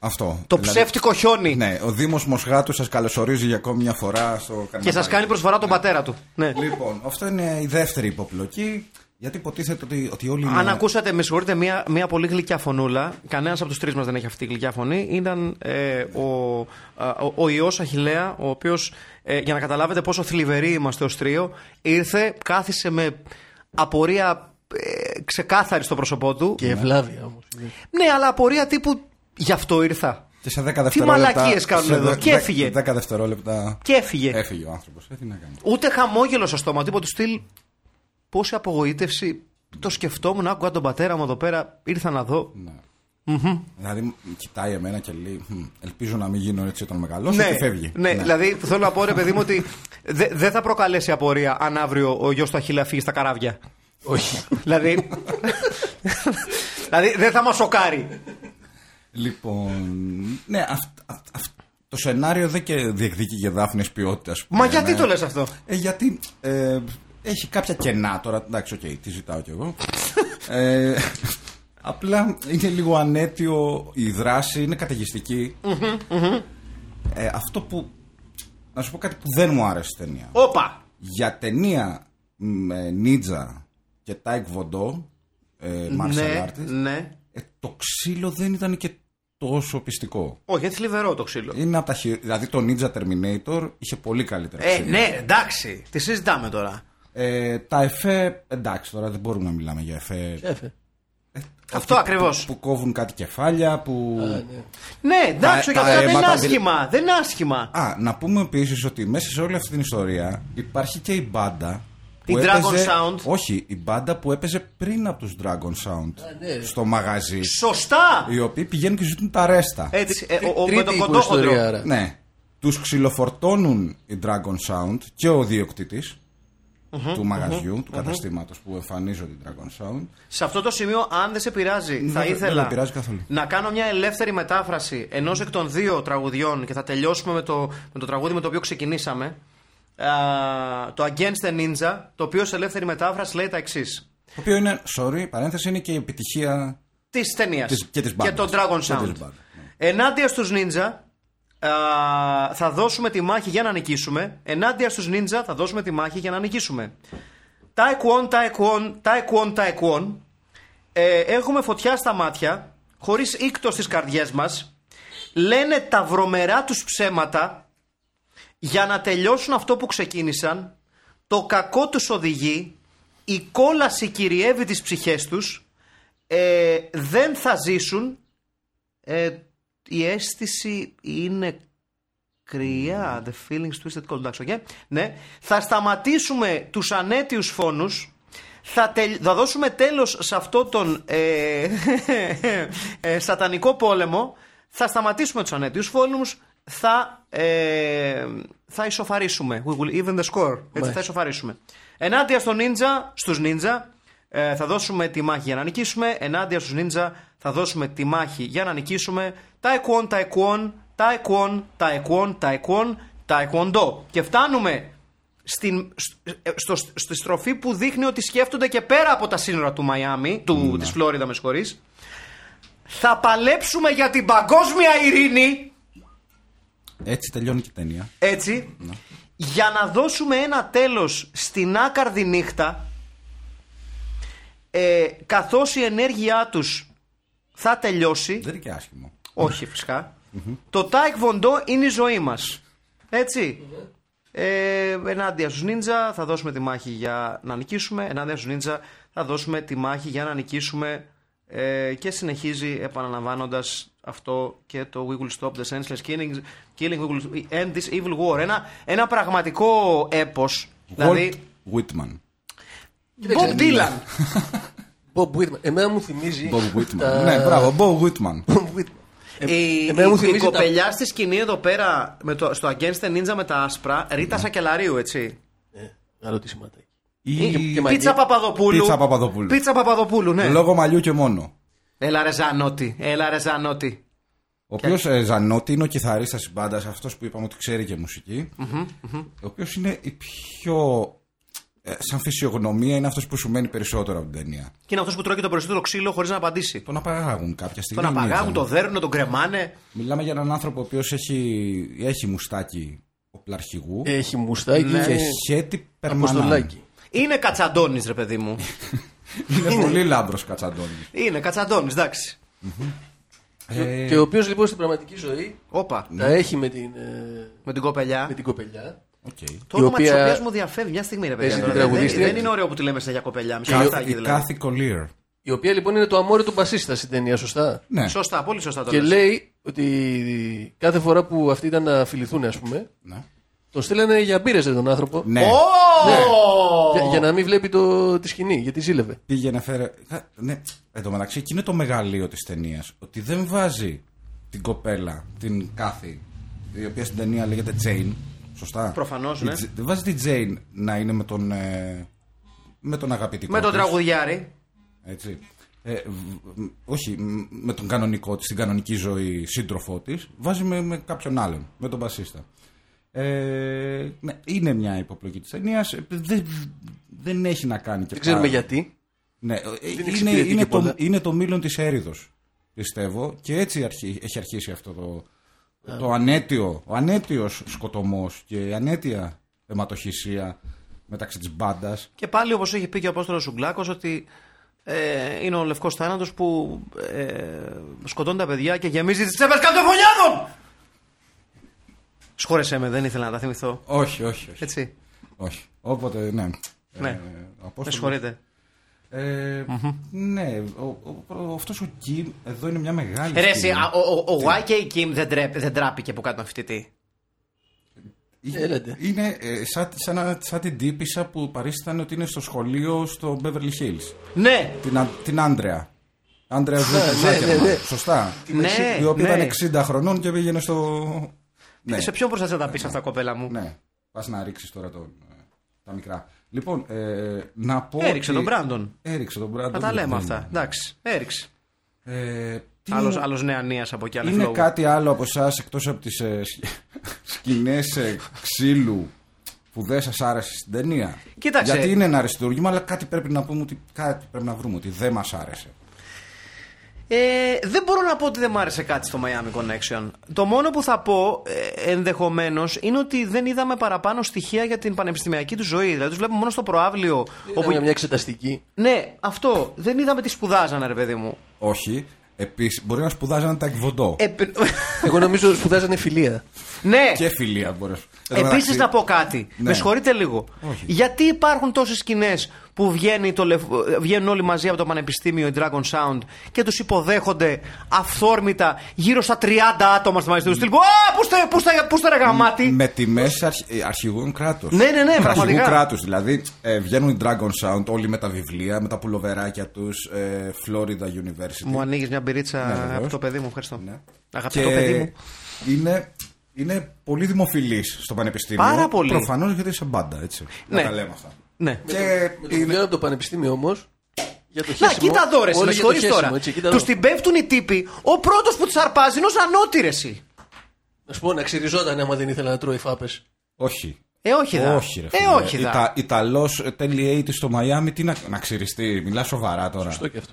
Speaker 4: Αυτό.
Speaker 3: Το
Speaker 4: Δηλαδή,
Speaker 3: ψεύτικο χιόνι.
Speaker 4: Ναι, ο Δήμος Μοσχάτου σας καλωσορίζει για ακόμη μια φορά στο κανάλι.
Speaker 3: Και σας κάνει προσφορά τον πατέρα του. Ναι.
Speaker 4: Λοιπόν, αυτό είναι η δεύτερη υποπλοκή. Γιατί υποτίθεται ότι, ότι όλοι.
Speaker 3: Αν
Speaker 4: είναι-
Speaker 3: ακούσατε, με συγχωρείτε, μία, μία πολύ γλυκιά φωνούλα. Κανένας από τους τρεις μας δεν έχει αυτή η γλυκιά φωνή. Ήταν ε, ο, α, ο, ο ιός Αχηλέα, ο οποίος, για να καταλάβετε πόσο θλιβεροί είμαστε ως τρίο, ήρθε, κάθισε με απορία ε, ξεκάθαρη στο πρόσωπό του.
Speaker 5: Και ευλάβεια όμως.
Speaker 3: Ναι, αλλά απορία τύπου γι' αυτό ήρθα.
Speaker 4: Και σε 10 δευτερόλεπτα.
Speaker 3: μαλακίες κάνουν
Speaker 4: σε
Speaker 3: εδώ.
Speaker 4: δε-
Speaker 3: Και
Speaker 4: δε-
Speaker 3: έφυγε.
Speaker 4: 10 δευτερόλεπτα.
Speaker 3: Και έφυγε.
Speaker 4: Έφυγε ο άνθρωπος. Ε, τι να κάνει.
Speaker 3: Ούτε χαμόγελο στο στόμα, τίποτα του στυλ. Πόση απογοήτευση. Το σκεφτόμουν, άκουγα τον πατέρα μου εδώ πέρα, ήρθα να δω.
Speaker 4: Δηλαδή μ, κοιτάει εμένα και λέει: «Μμ, Ελπίζω να μην γίνω έτσι όταν μεγαλώσω.
Speaker 3: Ναι,
Speaker 4: και φεύγει.
Speaker 3: ναι, δηλαδή θέλω να πω ρε παιδί μου ότι δε- δεν θα προκαλέσει απορία αν αύριο ο γιος του Αχίλα φύγει στα καράβια.
Speaker 5: Όχι.
Speaker 3: δηλαδή. δηλαδή δεν θα μας σοκάρει.
Speaker 4: Λοιπόν. Ναι, αυτ- αυτ- αυτ- το σενάριο δεν και διεκδικεί και δάφνε ποιότητα.
Speaker 3: Μα γιατί το λες αυτό.
Speaker 4: Ε, γιατί ε, έχει κάποια κενά τώρα. Εντάξει, οκ, τη ζητάω κι εγώ. ε, απλά είναι λίγο ανέτιο η δράση, είναι καταιγιστική. ε, αυτό που. Να σου πω κάτι που δεν μου άρεσε στην ταινία.
Speaker 3: Όπα!
Speaker 4: Για ταινία μ, ε, Νίτζα και Τάικ Βοντό, ε, martial
Speaker 3: Ναι,
Speaker 4: artist,
Speaker 3: ναι.
Speaker 4: ε, το ξύλο δεν ήταν και τόσο πιστικό.
Speaker 3: Όχι, είναι θλιβερό το ξύλο.
Speaker 4: Είναι από τα χειρότερα. Δηλαδή το Ninja Terminator είχε πολύ καλύτερα
Speaker 3: Ε,
Speaker 4: ξύλα.
Speaker 3: ναι, εντάξει. Τι συζητάμε τώρα.
Speaker 4: Ε, τα εφέ, εντάξει τώρα δεν μπορούμε να μιλάμε για εφέ.
Speaker 5: Έφε.
Speaker 3: Αυτό ακριβώς.
Speaker 4: Που κόβουν κάτι κεφάλια, που.
Speaker 3: Ναι, εντάξει,
Speaker 4: Τα-
Speaker 3: όχι,
Speaker 4: τα
Speaker 3: αυτά δεν είναι
Speaker 4: αίματα
Speaker 3: άσχημα. Δεν είναι άσχημα.
Speaker 4: Α, να πούμε επίσης ότι μέσα σε όλη αυτή την ιστορία υπάρχει και η μπάντα.
Speaker 3: Η
Speaker 4: που
Speaker 3: Dragon Sound.
Speaker 4: Όχι, η μπάντα που έπαιζε πριν από τους Dragon Sound.
Speaker 3: ναι.
Speaker 4: Στο μαγαζί.
Speaker 3: Σωστά!
Speaker 4: Οι οποίοι πηγαίνουν και ζητούν τα ρέστα.
Speaker 3: Έτσι, ε, ο, ο,
Speaker 5: Τρίτη
Speaker 3: με τον
Speaker 5: υπό
Speaker 3: κοντόχοντρο.
Speaker 5: ιστορία, άρα.
Speaker 4: Ναι. Τους ξυλοφορτώνουν οι Dragon Sound και ο διοκτητη του μαγαζιου του καταστήματος που εμφανίζονται οι Dragon Sound.
Speaker 3: Σε αυτό το σημείο, αν δεν σε πειράζει, θα
Speaker 4: δεν
Speaker 3: ήθελα
Speaker 4: με πειράζει καθόλου.
Speaker 3: να κάνω μια ελεύθερη μετάφραση ενός εκ των δύο τραγουδιών και θα τελειώσουμε με το, με το τραγούδι με το οποίο ξεκινήσαμε. Α, το Against the Ninja, το οποίο σε ελεύθερη μετάφραση λέει τα εξής.
Speaker 4: Το οποίο είναι, sorry, παρένθεση, είναι και η επιτυχία
Speaker 3: Της ταινίας
Speaker 4: Της- και της
Speaker 3: και
Speaker 4: μπάντας.
Speaker 3: των Dragon
Speaker 4: Και
Speaker 3: Sound.
Speaker 4: της ναι. μπάντας,
Speaker 3: Ενάντια στους Ninja, α, θα δώσουμε τη μάχη για να νικήσουμε. Ενάντια στους Ninja, θα δώσουμε τη μάχη για να νικήσουμε. Taekwon, Taekwon, Taekwon, Taekwon. Ε, έχουμε φωτιά στα μάτια, χωρίς ίκτος στις καρδιές μας. Λένε τα βρωμερά τους ψέματα για να τελειώσουν αυτό που ξεκίνησαν. Το κακό τους οδηγεί, η κόλαση κυριεύει τις ψυχές τους. Ε, δεν θα ζήσουν. Ε, η αίσθηση είναι κρυά. The feelings twisted cold. Εντάξει, οκ. Ναι. Θα σταματήσουμε τους ανέτιους φόνους. Θα, τελ- θα δώσουμε τέλος σε αυτό τον ε, ε, σατανικό πόλεμο. Θα σταματήσουμε τους ανέτιους φόνους. Θα, ε, θα ισοφαρίσουμε. We will even the score. Έτσι, θα ισοφαρίσουμε. Ενάντια στο νίντζα, στους νίντζα, ε, θα δώσουμε τη μάχη για να νικήσουμε. Ενάντια στους νίντζα θα δώσουμε τη μάχη για να νικήσουμε. Ταϊκουόν, ταϊκουόν, ταϊκουόν, ταϊκουόν, ταϊκουόν, ταϊκουόντο. Και φτάνουμε στην, σ- ε, στο, στη στροφή που δείχνει ότι σκέφτονται και πέρα από τα σύνορα του Μαϊάμι, του, της Φλόριδα με συγχωρείς. Θα παλέψουμε για την παγκόσμια ειρήνη.
Speaker 4: Έτσι τελειώνει και η ταινία.
Speaker 3: Έτσι. Για να δώσουμε ένα τέλος στην άκαρδη νύχτα ε, καθώς η ενέργειά τους θα τελειώσει
Speaker 4: Δεν είναι και άσχημο.
Speaker 3: όχι φυσικά το Τάικ Βοντό είναι η ζωή μας έτσι ε, ενάντια στους νίντζα θα δώσουμε τη μάχη για να νικήσουμε ενάντια στους νίντζα θα δώσουμε τη μάχη για να νικήσουμε Ε, και συνεχίζει επαναλαμβάνοντας αυτό και το We will stop the senseless killing, killing we will end this evil war. Ένα, ένα πραγματικό έπος. Δηλαδή.
Speaker 4: Walt Whitman.
Speaker 3: Bob Dylan.
Speaker 5: Bob Whitman. Εμένα μου θυμίζει.
Speaker 4: Bob Whitman.
Speaker 5: τα-
Speaker 4: Ναι, μπράβο, Bob Whitman.
Speaker 5: Bob Whitman. Ε,
Speaker 3: Η, η,
Speaker 5: εμένα μου
Speaker 3: η
Speaker 5: θυμίζει τα-
Speaker 3: κοπελιά στη σκηνή εδώ πέρα με το, στο Against the Ninja με τα άσπρα, Ρίτα
Speaker 5: Ναι.
Speaker 3: Σακελαρίου, έτσι.
Speaker 5: Ε, Να ρωτήσει ματάκι.
Speaker 4: Ή
Speaker 5: και-
Speaker 3: Πίτσα Παπαδοπούλου.
Speaker 4: Πίτσα Παπαδοπούλου.
Speaker 3: Πίτσα Παπαδοπούλου, ναι.
Speaker 4: Λόγω μαλλιού και μόνο.
Speaker 3: Έλα ρε Ζανότη, έλα ρε Ζανότη.
Speaker 4: Ο οποίος Ζανότη είναι ο κιθαρίστας της μπάντας, αυτός που είπαμε ότι ξέρει και μουσικη Ο οποίος είναι η πιο. ε, σαν φυσιογνωμία είναι αυτός που σου μένει περισσότερο από την ταινία.
Speaker 3: Και είναι αυτός που τρώει και το περισσότερο ξύλο χωρίς να απαντήσει.
Speaker 4: Τον απαγάγουν κάποια στιγμή.
Speaker 3: Τον
Speaker 4: είναι
Speaker 3: απαγάγουν,
Speaker 4: έτσι.
Speaker 3: τον δέρνουν, τον κρεμάνε.
Speaker 4: Μιλάμε για έναν άνθρωπο ο οποίος έχει, έχει μουστάκι οπλαρχηγού
Speaker 3: Ε,
Speaker 5: Έχει μουστάκι
Speaker 3: ναι.
Speaker 4: και
Speaker 5: και
Speaker 4: χέτι περμανά.
Speaker 5: αποστολάκι.
Speaker 3: Είναι κατσαντώνης, ρε παιδί μου.
Speaker 4: Είναι πολύ λάμπρος κατσαντώνης.
Speaker 3: είναι κατσαντώνης, εντάξει.
Speaker 4: Ε.
Speaker 5: Και- Και ο οποίος λοιπόν στην πραγματική ζωή
Speaker 3: Όπα.
Speaker 4: Ναι.
Speaker 5: τα έχει με την, ε,
Speaker 3: Με την κοπελιά.
Speaker 5: με την κοπελιά.
Speaker 4: Okay.
Speaker 3: Το
Speaker 5: η
Speaker 3: όνομα της
Speaker 5: οποία
Speaker 3: οποίας μου διαφεύγει μια στιγμή, ρε
Speaker 5: παίζει
Speaker 3: παιδιά.
Speaker 5: την
Speaker 3: τώρα. Δεν-
Speaker 5: τραγουδίστρια.
Speaker 3: Δεν είναι ωραίο που τη λέμε σε για κοπελιά. Μισό λεπτάκι
Speaker 4: Η
Speaker 3: δηλαδή.
Speaker 4: Κάθη Κολίρ.
Speaker 5: Η οποία λοιπόν είναι το αμόρι του μπασίστα στην ταινία, σωστά.
Speaker 4: Ναι.
Speaker 3: Σωστά, πολύ σωστά το
Speaker 5: Και
Speaker 3: λες.
Speaker 5: λέει ότι κάθε φορά που αυτοί ήταν να φιληθούν, ας πούμε,
Speaker 4: Ναι.
Speaker 5: τον στέλνανε για μπύρες τον άνθρωπο.
Speaker 4: ναι.
Speaker 3: Ω!
Speaker 5: Για, για να μην βλέπει το, τη σκηνή, γιατί ζήλευε.
Speaker 4: Πήγαινε, φέρε. Κα- Ναι. Εν τω μεταξύ, εκεί είναι το μεγαλείο της ταινίας. Ότι δεν βάζει την κοπέλα, την Κάθη, η οποία στην ταινία λέγεται Τζέιν. Σωστά.
Speaker 3: Προφανώς,
Speaker 4: Η
Speaker 3: ναι.
Speaker 4: Τζ- Δεν βάζει την Τζέιν να είναι με τον. ε, με τον αγαπητικό.
Speaker 5: Ναι.
Speaker 3: Με τον
Speaker 4: της,
Speaker 3: τραγουδιάρη.
Speaker 4: Έτσι. Ε, β- μ, όχι, μ, με τον κανονικό της, την κανονική ζωή σύντροφό της. Βάζει με, με κάποιον άλλον, με τον μπασίστα. Ε, ναι, είναι μια υποπλοκή της ταινίας. Δεν, δεν έχει να κάνει και
Speaker 5: Δεν ξέρουμε
Speaker 4: πάρα-
Speaker 5: γιατί.
Speaker 4: ναι, ε, είναι,
Speaker 5: εξυπηρετεί
Speaker 4: είναι,
Speaker 5: και
Speaker 4: το,
Speaker 5: πολλά.
Speaker 4: είναι το μήλον της έρηδος, πιστεύω, και έτσι αρχι- έχει αρχίσει αυτό το,
Speaker 3: Ε.
Speaker 4: το ανέτιο, ο ανέτιος σκοτωμός και η ανέτια αιματοχυσία μεταξύ της μπάντας.
Speaker 3: Και πάλι όπως έχει πει και ο Απόστολος Σουγκλάκος ότι ε, είναι ο λευκός θάνατος που ε, σκοτώνει τα παιδιά και γεμίζει τις τσέπες καρτοφωνιάδων! Σχόρεσέ με, δεν ήθελα να τα θυμηθώ.
Speaker 4: Όχι, όχι, όχι.
Speaker 3: Έτσι,
Speaker 4: όχι. Οπότε, ναι.
Speaker 3: Ναι.
Speaker 4: ο Απόστολος-
Speaker 3: με συγχωρείτε.
Speaker 4: Ε, Ναι, ο, ο, ο- αυτός ο Κιμ εδώ είναι μια μεγάλη.
Speaker 3: Ρε εσύ,
Speaker 4: σκηνή.
Speaker 3: α, ο, ο, ο YK Kim δεν, τρέπ, δεν τράπηκε που κάτω φοιτητή.
Speaker 5: Έλατε.
Speaker 4: είναι ε, σαν, σαν, να- σαν την τύπησα που παρίστανε ότι είναι στο σχολείο στο Beverly Hills.
Speaker 3: Ναι,
Speaker 4: Την, Α- την Άντρεα. Άντρεα
Speaker 5: ναι, ναι, ναι.
Speaker 4: Ζάκερμαν. Σωστά.
Speaker 3: ναι,
Speaker 4: Η οποία
Speaker 3: ναι.
Speaker 4: ήταν 60 χρονών και πήγαινε στο. Ναι,
Speaker 3: Σε ποιον προστασία να τα πεις αυτά, κοπέλα μου.
Speaker 4: ναι. Πας να ρίξεις τώρα τον, ε, τα μικρά. Λοιπόν, ε, να πω.
Speaker 3: Έριξε
Speaker 4: ότι-
Speaker 3: τον Μπράντον.
Speaker 4: Έριξε τον Μπράντον.
Speaker 3: Να τα λέμε
Speaker 4: λοιπόν.
Speaker 3: αυτά. Εντάξει, έριξε.
Speaker 4: Ε, τι
Speaker 3: Άλλος,
Speaker 4: είναι-
Speaker 3: άλλος νεανίας από εκεί,
Speaker 4: είναι
Speaker 3: ανεφλόγου.
Speaker 4: κάτι άλλο από εσάς εκτός από τις ε, σκ- σκηνές ε, ξύλου που δεν σας άρεσε στην ταινία.
Speaker 3: Κοίταξε.
Speaker 4: Γιατί είναι ένα αριστούργημα, αλλά κάτι πρέπει να πούμε ότι κάτι πρέπει να βρούμε ότι δεν μας άρεσε.
Speaker 3: Ε, δεν μπορώ να πω ότι δεν μ' άρεσε κάτι στο Miami Connection. Το μόνο που θα πω ε, ενδεχομένως είναι ότι δεν είδαμε παραπάνω στοιχεία για την πανεπιστημιακή του ζωή. Δηλαδή, τους βλέπουμε μόνο στο προάβλιο.
Speaker 5: Όπου...
Speaker 3: Όπου...
Speaker 5: μια εξεταστική.
Speaker 3: Ναι, αυτό. Δεν είδαμε τι σπουδάζανε, ρε παιδί μου.
Speaker 4: Όχι. Επίσης, μπορεί να σπουδάζανε τα εκβοντό.
Speaker 3: Ε, π-
Speaker 5: Εγώ νομίζω σπουδάζανε φιλία.
Speaker 3: ναι,
Speaker 4: Και φιλία μπορεί να Ε, σου
Speaker 3: επίση να πω κάτι.
Speaker 4: Ναι.
Speaker 3: Με συγχωρείτε λίγο.
Speaker 4: Όχι.
Speaker 3: Γιατί υπάρχουν τόσες σκηνές που βγαίνει το λευ- ε, βγαίνουν όλοι μαζί από το Πανεπιστήμιο οι Dragon Sound και τους υποδέχονται αυθόρμητα γύρω στα 30 άτομα στη μαζί του. Στυλ, «Ω, πού είστε- πού είστε- πού είστε, ρε γαμάτι!»
Speaker 4: Με τιμές ε, αρχηγού κράτου.
Speaker 3: Ναι, ναι, ναι,
Speaker 4: Αρχηγού
Speaker 3: πραγματικά.
Speaker 4: κράτους. Δηλαδή ε, βγαίνουν οι Dragon Sound όλοι με τα βιβλία, με τα πουλοβεράκια τους, ε, Florida University.
Speaker 3: Μου ανοίγεις μια μπυρίτσα
Speaker 4: Ναι, βεβαίως.
Speaker 3: από το παιδί μου, ευχαριστώ.
Speaker 4: Ναι.
Speaker 3: Αγαπητό παιδί μου.
Speaker 4: Είναι, είναι πολύ δημοφιλής στο πανεπιστήμιο.
Speaker 3: Πάρα πολύ.
Speaker 4: Προφανώς γιατί είσαι μπάντα, έτσι.
Speaker 3: Ναι.
Speaker 4: Να τα λέμε αυτά.
Speaker 3: Ναι.
Speaker 4: Και
Speaker 5: Με
Speaker 4: είναι-
Speaker 5: το βιβλίο από το πανεπιστήμιο όμως. Για το
Speaker 3: Να,
Speaker 5: χέσιμο.
Speaker 3: κοίτα εδώ, ρε,
Speaker 5: όλοι
Speaker 3: με
Speaker 5: για το
Speaker 3: συγχωρείς
Speaker 5: χέσιμο,
Speaker 3: τώρα.
Speaker 5: έτσι, κοίτα
Speaker 3: Τους
Speaker 5: εδώ.
Speaker 3: την πέφτουν οι τύποι. Ο πρώτος που τους αρπάζει είναι ο Ζανότη, ρε, εσύ.
Speaker 5: Να σου πω να ξυριζόταν άμα δεν ήθελα να τρώει φάπες.
Speaker 4: Όχι.
Speaker 3: Ε, όχι, δα.
Speaker 4: όχι, ρε.
Speaker 3: ε,
Speaker 4: φίλε.
Speaker 3: όχι, δα.
Speaker 4: Ιτα, Ιταλός τέλει 80 στο Μαϊάμι, τι να, να ξυριστεί. Μιλάς σοβαρά τώρα.
Speaker 5: Αυτό και αυτό.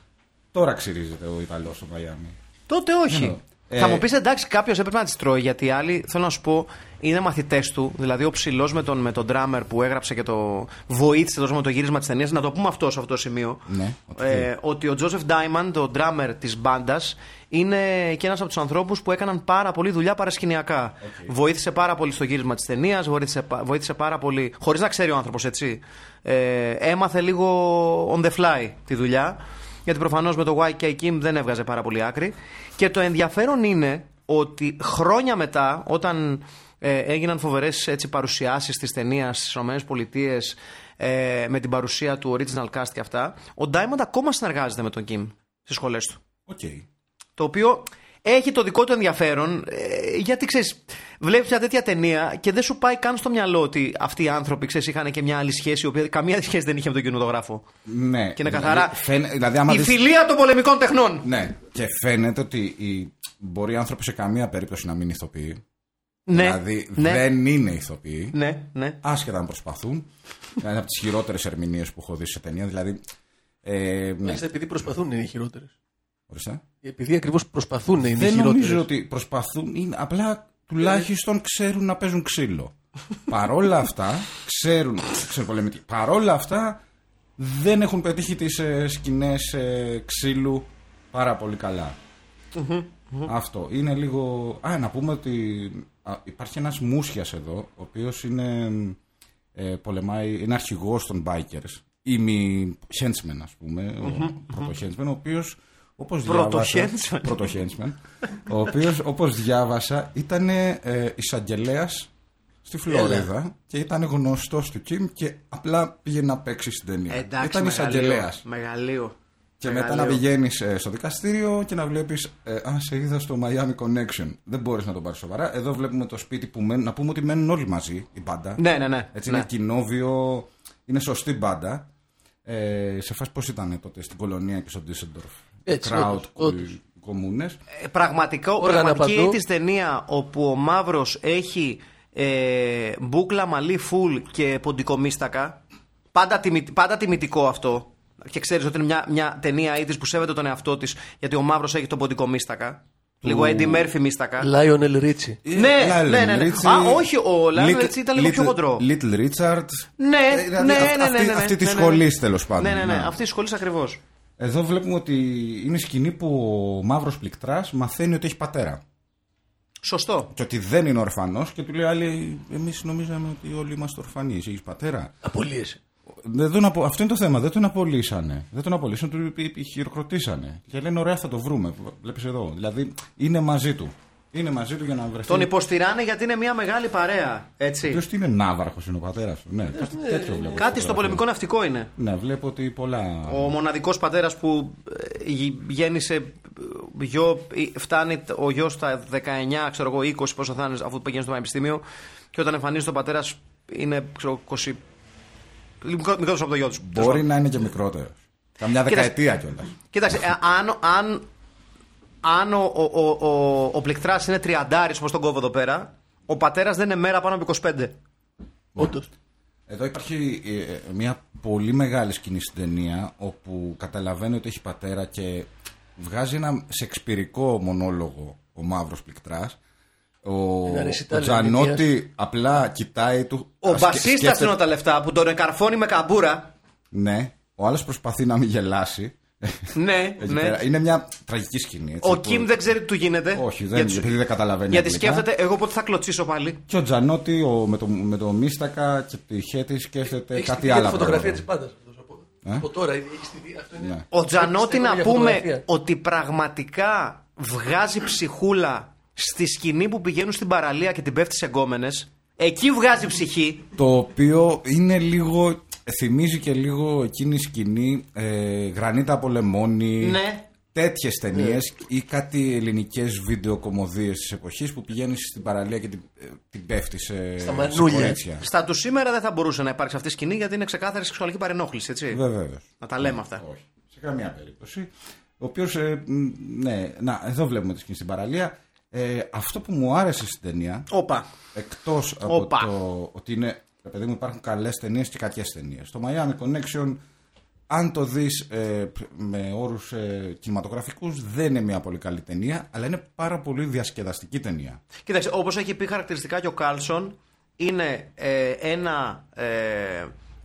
Speaker 4: Τώρα ξυρίζεται ο Ιταλός στο Μαϊάμι.
Speaker 3: Τότε όχι.
Speaker 4: Ναι.
Speaker 3: Θα
Speaker 4: Ε,
Speaker 3: μου πεις εντάξει, κάποιος έπρεπε να τις τρώει γιατί οι άλλοι, θέλω να σου πω, είναι μαθητές του. Δηλαδή, ο ψηλός με τον, με τον drummer που έγραψε και το βοήθησε τόσο με το γύρισμα της ταινίας. Να το πούμε αυτό σε αυτό το σημείο.
Speaker 4: Ναι, ότι
Speaker 3: ε, ότι ο Τζόσεφ Ντάιμαν, ο drummer της μπάντας, είναι και ένας από τους ανθρώπους που έκαναν πάρα πολύ δουλειά παρασκηνιακά. Βοήθησε πάρα πολύ στο γύρισμα της ταινίας, βοήθησε, πα- βοήθησε πάρα πολύ. Χωρίς να ξέρει ο άνθρωπος, έτσι. Ε, έμαθε λίγο on the fly τη δουλειά. γιατί προφανώς με το YK Kim δεν έβγαζε πάρα πολύ άκρη. Και το ενδιαφέρον είναι ότι χρόνια μετά, όταν ε, έγιναν φοβερές παρουσιάσεις της ταινίας στις ΗΠΑ ε, με την παρουσία του original cast και αυτά, ο Diamond ακόμα συνεργάζεται με τον Kim στις σχολές του.
Speaker 4: Οκ. Ναι,
Speaker 3: Το οποίο έχει το δικό του ενδιαφέρον, ε, γιατί ξέρεις, βλέπεις μια τέτοια ταινία και δεν σου πάει καν στο μυαλό ότι αυτοί οι άνθρωποι ξέρεις, είχαν και μια άλλη σχέση, η οποία καμία σχέση δεν είχε με τον κινηματογράφο.
Speaker 4: Ναι.
Speaker 3: Και είναι καθαρά.
Speaker 4: Δηλαδή, φαίνε- δηλαδή, άμα
Speaker 3: η
Speaker 4: δεις-
Speaker 3: φιλία των πολεμικών τεχνών.
Speaker 4: Ναι. Και φαίνεται ότι οι- μπορεί οι άνθρωποι σε καμία περίπτωση να μην είναι ηθοποιοί.
Speaker 3: Ναι,
Speaker 4: δηλαδή
Speaker 3: ναι,
Speaker 4: δεν είναι ηθοποιοί.
Speaker 3: ναι, ναι.
Speaker 4: Άσχετα αν προσπαθούν. είναι από τις χειρότερες ερμηνείες που έχω δει σε ταινία. Δηλαδή. Ε, ναι.
Speaker 5: Μάλιστα, επειδή προσπαθούν είναι οι χειρότερες.
Speaker 4: Ορίστε.
Speaker 5: Επειδή ακριβώς προσπαθούν είναι οι
Speaker 4: Δεν
Speaker 5: χειρότερες.
Speaker 4: νομίζω ότι προσπαθούν. Είναι, απλά τουλάχιστον ξέρουν να παίζουν ξύλο. Παρόλα αυτά, ξέρουν. ξέρω πολύ με τι- Παρόλα αυτά, δεν έχουν πετύχει τις ε, σκηνές ξύλου πάρα πολύ καλά. Αυτό. Είναι λίγο. Α, να πούμε ότι α, υπάρχει ένας μουσιας εδώ, ο οποίος είναι. Ε, πολεμάει, είναι αρχηγός των bikers. Ή μη henchman, ας πούμε. ο πρωτοχέντσμεν, ο οποίος. Όπως διάβασα,
Speaker 3: Πρωτοχέντσμεν.
Speaker 4: πρωτοχέντσμεν, ο οποίος όπως διάβασα ήταν ε, εισαγγελέας στη Φλόριδα και ήταν γνωστός του Κιμ και απλά πήγε να παίξει στην ταινία.
Speaker 3: Εντάξει,
Speaker 4: ήταν
Speaker 3: μεγαλείο,
Speaker 4: εισαγγελέας.
Speaker 3: Μεγαλείο.
Speaker 4: Και
Speaker 3: Μεγαλείο.
Speaker 4: μετά να πηγαίνει στο δικαστήριο και να βλέπεις. Ε, α, σε είδα στο Miami Connection. Δεν μπορείς να τον πάρεις σοβαρά. Εδώ βλέπουμε το σπίτι που μένουν. Να πούμε ότι μένουν όλοι μαζί η μπάντα.
Speaker 3: Ναι, ναι, ναι.
Speaker 4: Έτσι
Speaker 3: ναι.
Speaker 4: είναι κοινόβιο. Είναι σωστή μπάντα. Ε, σε φάση πώς ήταν τότε στην Κολονία και στο Ντίσσεντορφ.
Speaker 5: Έτσι,
Speaker 4: Crowd,
Speaker 5: όντως, όντως.
Speaker 4: κομμούνες.
Speaker 3: Ε, Πραγματικό,
Speaker 5: Όργανα
Speaker 3: πραγματική
Speaker 5: παντού.
Speaker 3: της ταινία όπου ο Μαύρος έχει ε, μπούκλα μαλλί φουλ και ποντικομίστακα. Πάντα, τιμη, πάντα τιμητικό αυτό. Και ξέρεις ότι είναι μια, μια ταινία ήδη που σέβεται τον εαυτό της γιατί ο Μαύρος έχει τον ποντικομίστακα. Λίγο Eddie Murphy μίστακα.
Speaker 5: Λάιονελ Ρίτσι.
Speaker 3: Ναι,
Speaker 4: Ε,
Speaker 3: ναι, ναι, ναι. Α, όχι, ο Lionel Richie ήταν λίγο πιο χοντρό.
Speaker 4: Little Richard.
Speaker 3: Ναι,
Speaker 4: Ε, δηλαδή,
Speaker 3: ναι, ναι,
Speaker 4: αυ-
Speaker 3: ναι,
Speaker 4: αυτή-
Speaker 3: ναι, ναι,
Speaker 4: Αυτή τη
Speaker 3: ναι, ναι.
Speaker 4: σχολής τέλος πάντων.
Speaker 3: Ναι, ναι, ναι.
Speaker 4: Ναι.
Speaker 3: Αυτή τη σχολής ακριβώς.
Speaker 4: Εδώ βλέπουμε ότι είναι σκηνή που ο μαύρος πληκτράς μαθαίνει ότι έχει πατέρα.
Speaker 3: Σωστό.
Speaker 4: Και ότι δεν είναι ορφανός και του λέει άλλοι, εμείς νομίζαμε ότι όλοι είμαστε ορφανείς. Έχεις πατέρα.
Speaker 5: Απολύεσαι.
Speaker 4: Δεν τον απο... Αυτό είναι το θέμα. Δεν τον απολύσανε. Δεν τον απολύσανε, του πι- πι- χειροκροτήσανε. Και λένε, ωραία, θα το βρούμε. Βλέπεις εδώ. Δηλαδή είναι μαζί του. Είναι μαζί του για να βρεθεί.
Speaker 3: Τον υποστηράνε γιατί είναι μια μεγάλη παρέα. Έτσι.
Speaker 4: Ποιος τι είναι, Ναύαρχος είναι ο πατέρας του. Ναι, κάτι τέτοιο βλέπω.
Speaker 3: Ε, Κάτι στο πολεμικό ναυτικό είναι.
Speaker 4: Ναι, βλέπω ότι πολλά.
Speaker 3: Ο μοναδικός πατέρας που ε, γυ- γέννησε ε, γιο, ε, φτάνει τ- ο γιος στα 19, ξέρω εγώ, 20 πόσο θα είναι αφού πηγαίνει στο πανεπιστήμιο. Και όταν εμφανίζεται ο πατέρας είναι, ξέρω, 20. Μικρότερο από το γιο τους.
Speaker 4: Μπορεί να είναι και μικρότερος. Καμιά δεκαετία κιόλας.
Speaker 3: Κοίταξε, ε, αν, αν, αν ο, ο, ο, ο, ο πληκτράς είναι τριαντάρης όπως τον κόβω εδώ πέρα, ο πατέρας δεν είναι μέρα πάνω από 25.
Speaker 5: Όντως.
Speaker 4: Εδώ υπάρχει ε, ε, μια πολύ μεγάλη σκηνή στην ταινία όπου καταλαβαίνει ότι έχει πατέρα και βγάζει ένα σεξπυρικό μονόλογο ο μαύρος πληκτράς ο,
Speaker 5: Ένα
Speaker 4: ο
Speaker 5: recital
Speaker 4: Τζανότη απλά κοιτάει του
Speaker 3: Ο
Speaker 4: σκε-
Speaker 3: μπασίστας
Speaker 4: σκέφτεται-
Speaker 3: είναι τα λεφτά που τον εκαρφώνει με καμπούρα.
Speaker 4: Ναι, ο άλλος προσπαθεί να μην γελάσει
Speaker 3: ναι,
Speaker 4: Εκεί
Speaker 3: ναι.
Speaker 4: πέρα. Είναι μια τραγική σκηνή έτσι,
Speaker 3: Ο
Speaker 4: που-
Speaker 3: Κιμ δεν ξέρει τι του γίνεται.
Speaker 4: Όχι, δεν,
Speaker 3: γιατί,
Speaker 4: γιατί... επειδή δεν καταλαβαίνει
Speaker 3: γιατί
Speaker 4: αγγλικά.
Speaker 3: σκέφτεται, εγώ πότε θα κλωτσίσω πάλι.
Speaker 4: Και ο Τζανότη ο, με, το, με το μίστακα και τη χέτη σκέφτεται
Speaker 5: Έχεις
Speaker 4: Ε, κάτι
Speaker 5: τη
Speaker 4: άλλο.
Speaker 5: φωτογραφία της πάντα.
Speaker 4: Ε?
Speaker 5: Από τώρα έχει τη δει. Αυτό
Speaker 4: Ναι.
Speaker 5: είναι.
Speaker 3: Ο Τζανότη
Speaker 5: Πιστεύω
Speaker 3: να
Speaker 5: για
Speaker 3: πούμε
Speaker 5: φωτογραφία.
Speaker 3: ότι πραγματικά βγάζει ψυχούλα στη σκηνή που πηγαίνουν στην παραλία και την πέφτει σε γκόμενες. Εκεί βγάζει ψυχή.
Speaker 4: Το οποίο είναι λίγο. Θυμίζει και λίγο εκείνη η σκηνή ε, Γρανίτα από λεμόνι.
Speaker 3: Ναι.
Speaker 4: Τέτοιες ταινίες
Speaker 5: Ναι.
Speaker 4: ή κάτι ελληνικές βίντεο κομμωδίε της εποχής που πηγαίνει στην παραλία και την, ε, την πέφτει σε,
Speaker 5: Στα μανούλια.
Speaker 4: σε κορίτσια.
Speaker 3: Στα του σήμερα δεν θα μπορούσε να υπάρξει αυτή η σκηνή γιατί είναι ξεκάθαρη σεξουαλική παρενόχληση, έτσι.
Speaker 4: Βεβαίω.
Speaker 3: Να τα λέμε αυτά.
Speaker 4: Όχι. Σε καμία περίπτωση. Ο οποίος. Ε, μ, ναι, να, εδώ βλέπουμε τη σκηνή στην παραλία. Ε, αυτό που μου άρεσε στην ταινία.
Speaker 3: Όπα.
Speaker 4: Εκτός από
Speaker 3: Όπα.
Speaker 4: το ότι είναι. Ρε παιδί μου, υπάρχουν καλές ταινίες και κακές ταινίες. Το Miami Connection, αν το δεις με όρους ε, κινηματογραφικούς, δεν είναι μια πολύ καλή ταινία, αλλά είναι πάρα πολύ διασκεδαστική ταινία.
Speaker 3: Κοίταξε, όπως έχει πει χαρακτηριστικά και ο Κάλσον, είναι ε, ένα ε,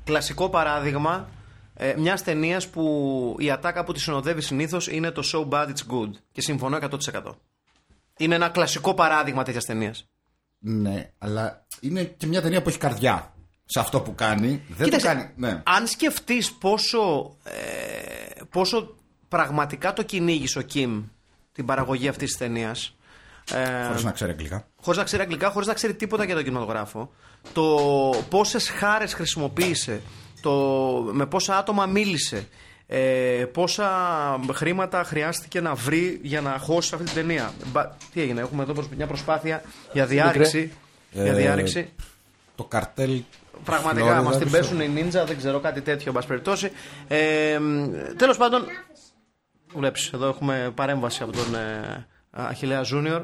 Speaker 3: κλασικό παράδειγμα ε, μιας ταινίας που η ατάκα που τη συνοδεύει συνήθως είναι το So bad it's good. Και συμφωνώ 100%. Είναι ένα κλασικό παράδειγμα τέτοιας ταινίας.
Speaker 4: Ναι, αλλά είναι και μια ταινία που έχει καρδιά σε αυτό ναι. που κάνει. Δεν το κάνει. Ναι.
Speaker 3: αν σκεφτείς πόσο, ε, πόσο πραγματικά το κυνήγησε ο Κιμ την παραγωγή αυτής της ταινίας. Ε,
Speaker 4: Χωρίς να ξέρει αγγλικά.
Speaker 3: χωρίς να ξέρει αγγλικά, χωρίς να ξέρει τίποτα για τον κινηματογράφο. Το πόσες χάρες χρησιμοποίησε, το με πόσα άτομα μίλησε, ε, πόσα χρήματα χρειάστηκε να βρει για να χώσει αυτή την ταινία. Μπα- τι έγινε, έχουμε εδώ προσ- μια προσπάθεια για διάρρηξη. Για
Speaker 4: Ε,
Speaker 3: διάρρηξη.
Speaker 4: Το καρτέλ.
Speaker 3: Πραγματικά
Speaker 4: Φλόριδας,
Speaker 3: μας την πέσουν οι νίντζα, δεν ξέρω κάτι τέτοιο, εν πάση περιπτώσει. Ε, Τέλος πάντων. Βλέπεις, εδώ έχουμε παρέμβαση από τον ε, Αχηλέα Junior.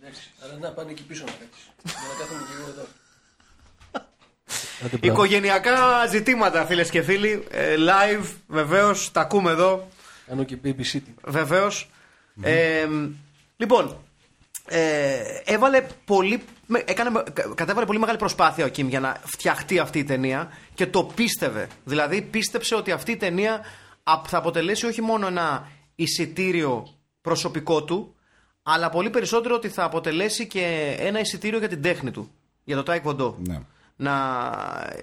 Speaker 5: Εντάξει, αλλά να πάνε εκεί πίσω να κάτσεις. Για να κάθομαι και εγώ εδώ.
Speaker 3: Οικογενειακά ζητήματα, φίλες και φίλοι. Ε, live, βεβαίως, τα ακούμε εδώ.
Speaker 5: Κάνω και babysitting.
Speaker 3: Βεβαίως. Ε, λοιπόν, ε, έβαλε πολύ. με- Έκανε, με- κα- κατέβαλε πολύ μεγάλη προσπάθεια ο Κιμ για να φτιαχτεί αυτή η ταινία και το πίστευε. Δηλαδή, πίστεψε ότι αυτή η ταινία α- θα αποτελέσει όχι μόνο ένα εισιτήριο προσωπικό του, αλλά πολύ περισσότερο ότι θα αποτελέσει και ένα εισιτήριο για την τέχνη του. Για το Taekwondo.
Speaker 4: Ναι.
Speaker 3: Να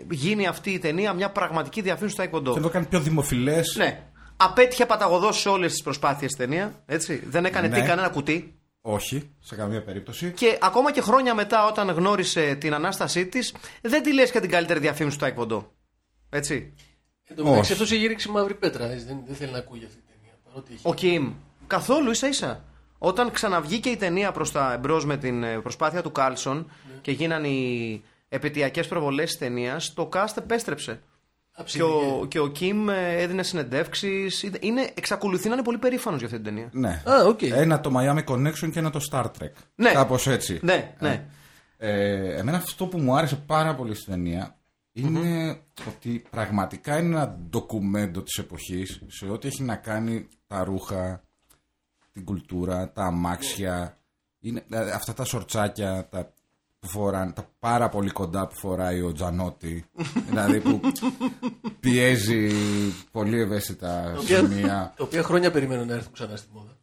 Speaker 3: γίνει αυτή η ταινία μια πραγματική διαφήμιση του Taekwondo.
Speaker 4: Και το έκανε πιο δημοφιλές.
Speaker 3: Ναι. Απέτυχε παταγωδός σε όλες τις προσπάθειες ταινία. Έτσι. Δεν έκανε
Speaker 4: Ναι.
Speaker 3: τι, κανένα κουτί.
Speaker 4: Όχι, σε καμία περίπτωση.
Speaker 3: Και ακόμα και χρόνια μετά, όταν γνώρισε την ανάστασή της, δεν τη λες και την καλύτερη διαφήμιση του Taekwondo. Έτσι.
Speaker 5: Εν τω μεταξύ
Speaker 4: Όχι.
Speaker 5: αυτός έχει γύριξει μαύρη πέτρα. έτσι, Δεν, δεν θέλει να ακούει αυτή την ταινία. Παρότι έχει.
Speaker 3: Ο Κιμ. Καθόλου ίσα ίσα. Όταν ξαναβγήκε η ταινία προς τα εμπρός με την ε, προσπάθεια του Κάλσον και γίνανε οι επαιτειακέ προβολές της ταινίας, το cast επέστρεψε. Και
Speaker 5: Αψίδι,
Speaker 3: ο, και ο Κιμ ε, έδινε συνεντεύξεις. Εξακολουθεί να είναι πολύ περήφανος για αυτή την ταινία.
Speaker 4: Ναι.
Speaker 5: ε. Α, οκ.
Speaker 4: Ένα το Miami Connection και ένα το Star Trek.
Speaker 3: Ναι.
Speaker 4: Κάπως έτσι.
Speaker 3: Ναι, ναι.
Speaker 4: Ε, εμένα αυτό που μου άρεσε πάρα πολύ στην ταινία είναι ότι πραγματικά είναι ένα ντοκουμέντο της εποχής σε ό,τι έχει να κάνει τα ρούχα, την κουλτούρα, τα αμάξια, είναι, δηλαδή, αυτά τα σορτσάκια τα που φοράνε, τα πάρα πολύ κοντά που φοράει ο Τζανότη, δηλαδή που πιέζει πολύ ευαίσθητα
Speaker 5: οποία-
Speaker 4: σημεία.
Speaker 5: Τα οποία χρόνια περιμένουν να έρθουν ξανά στη μόδα.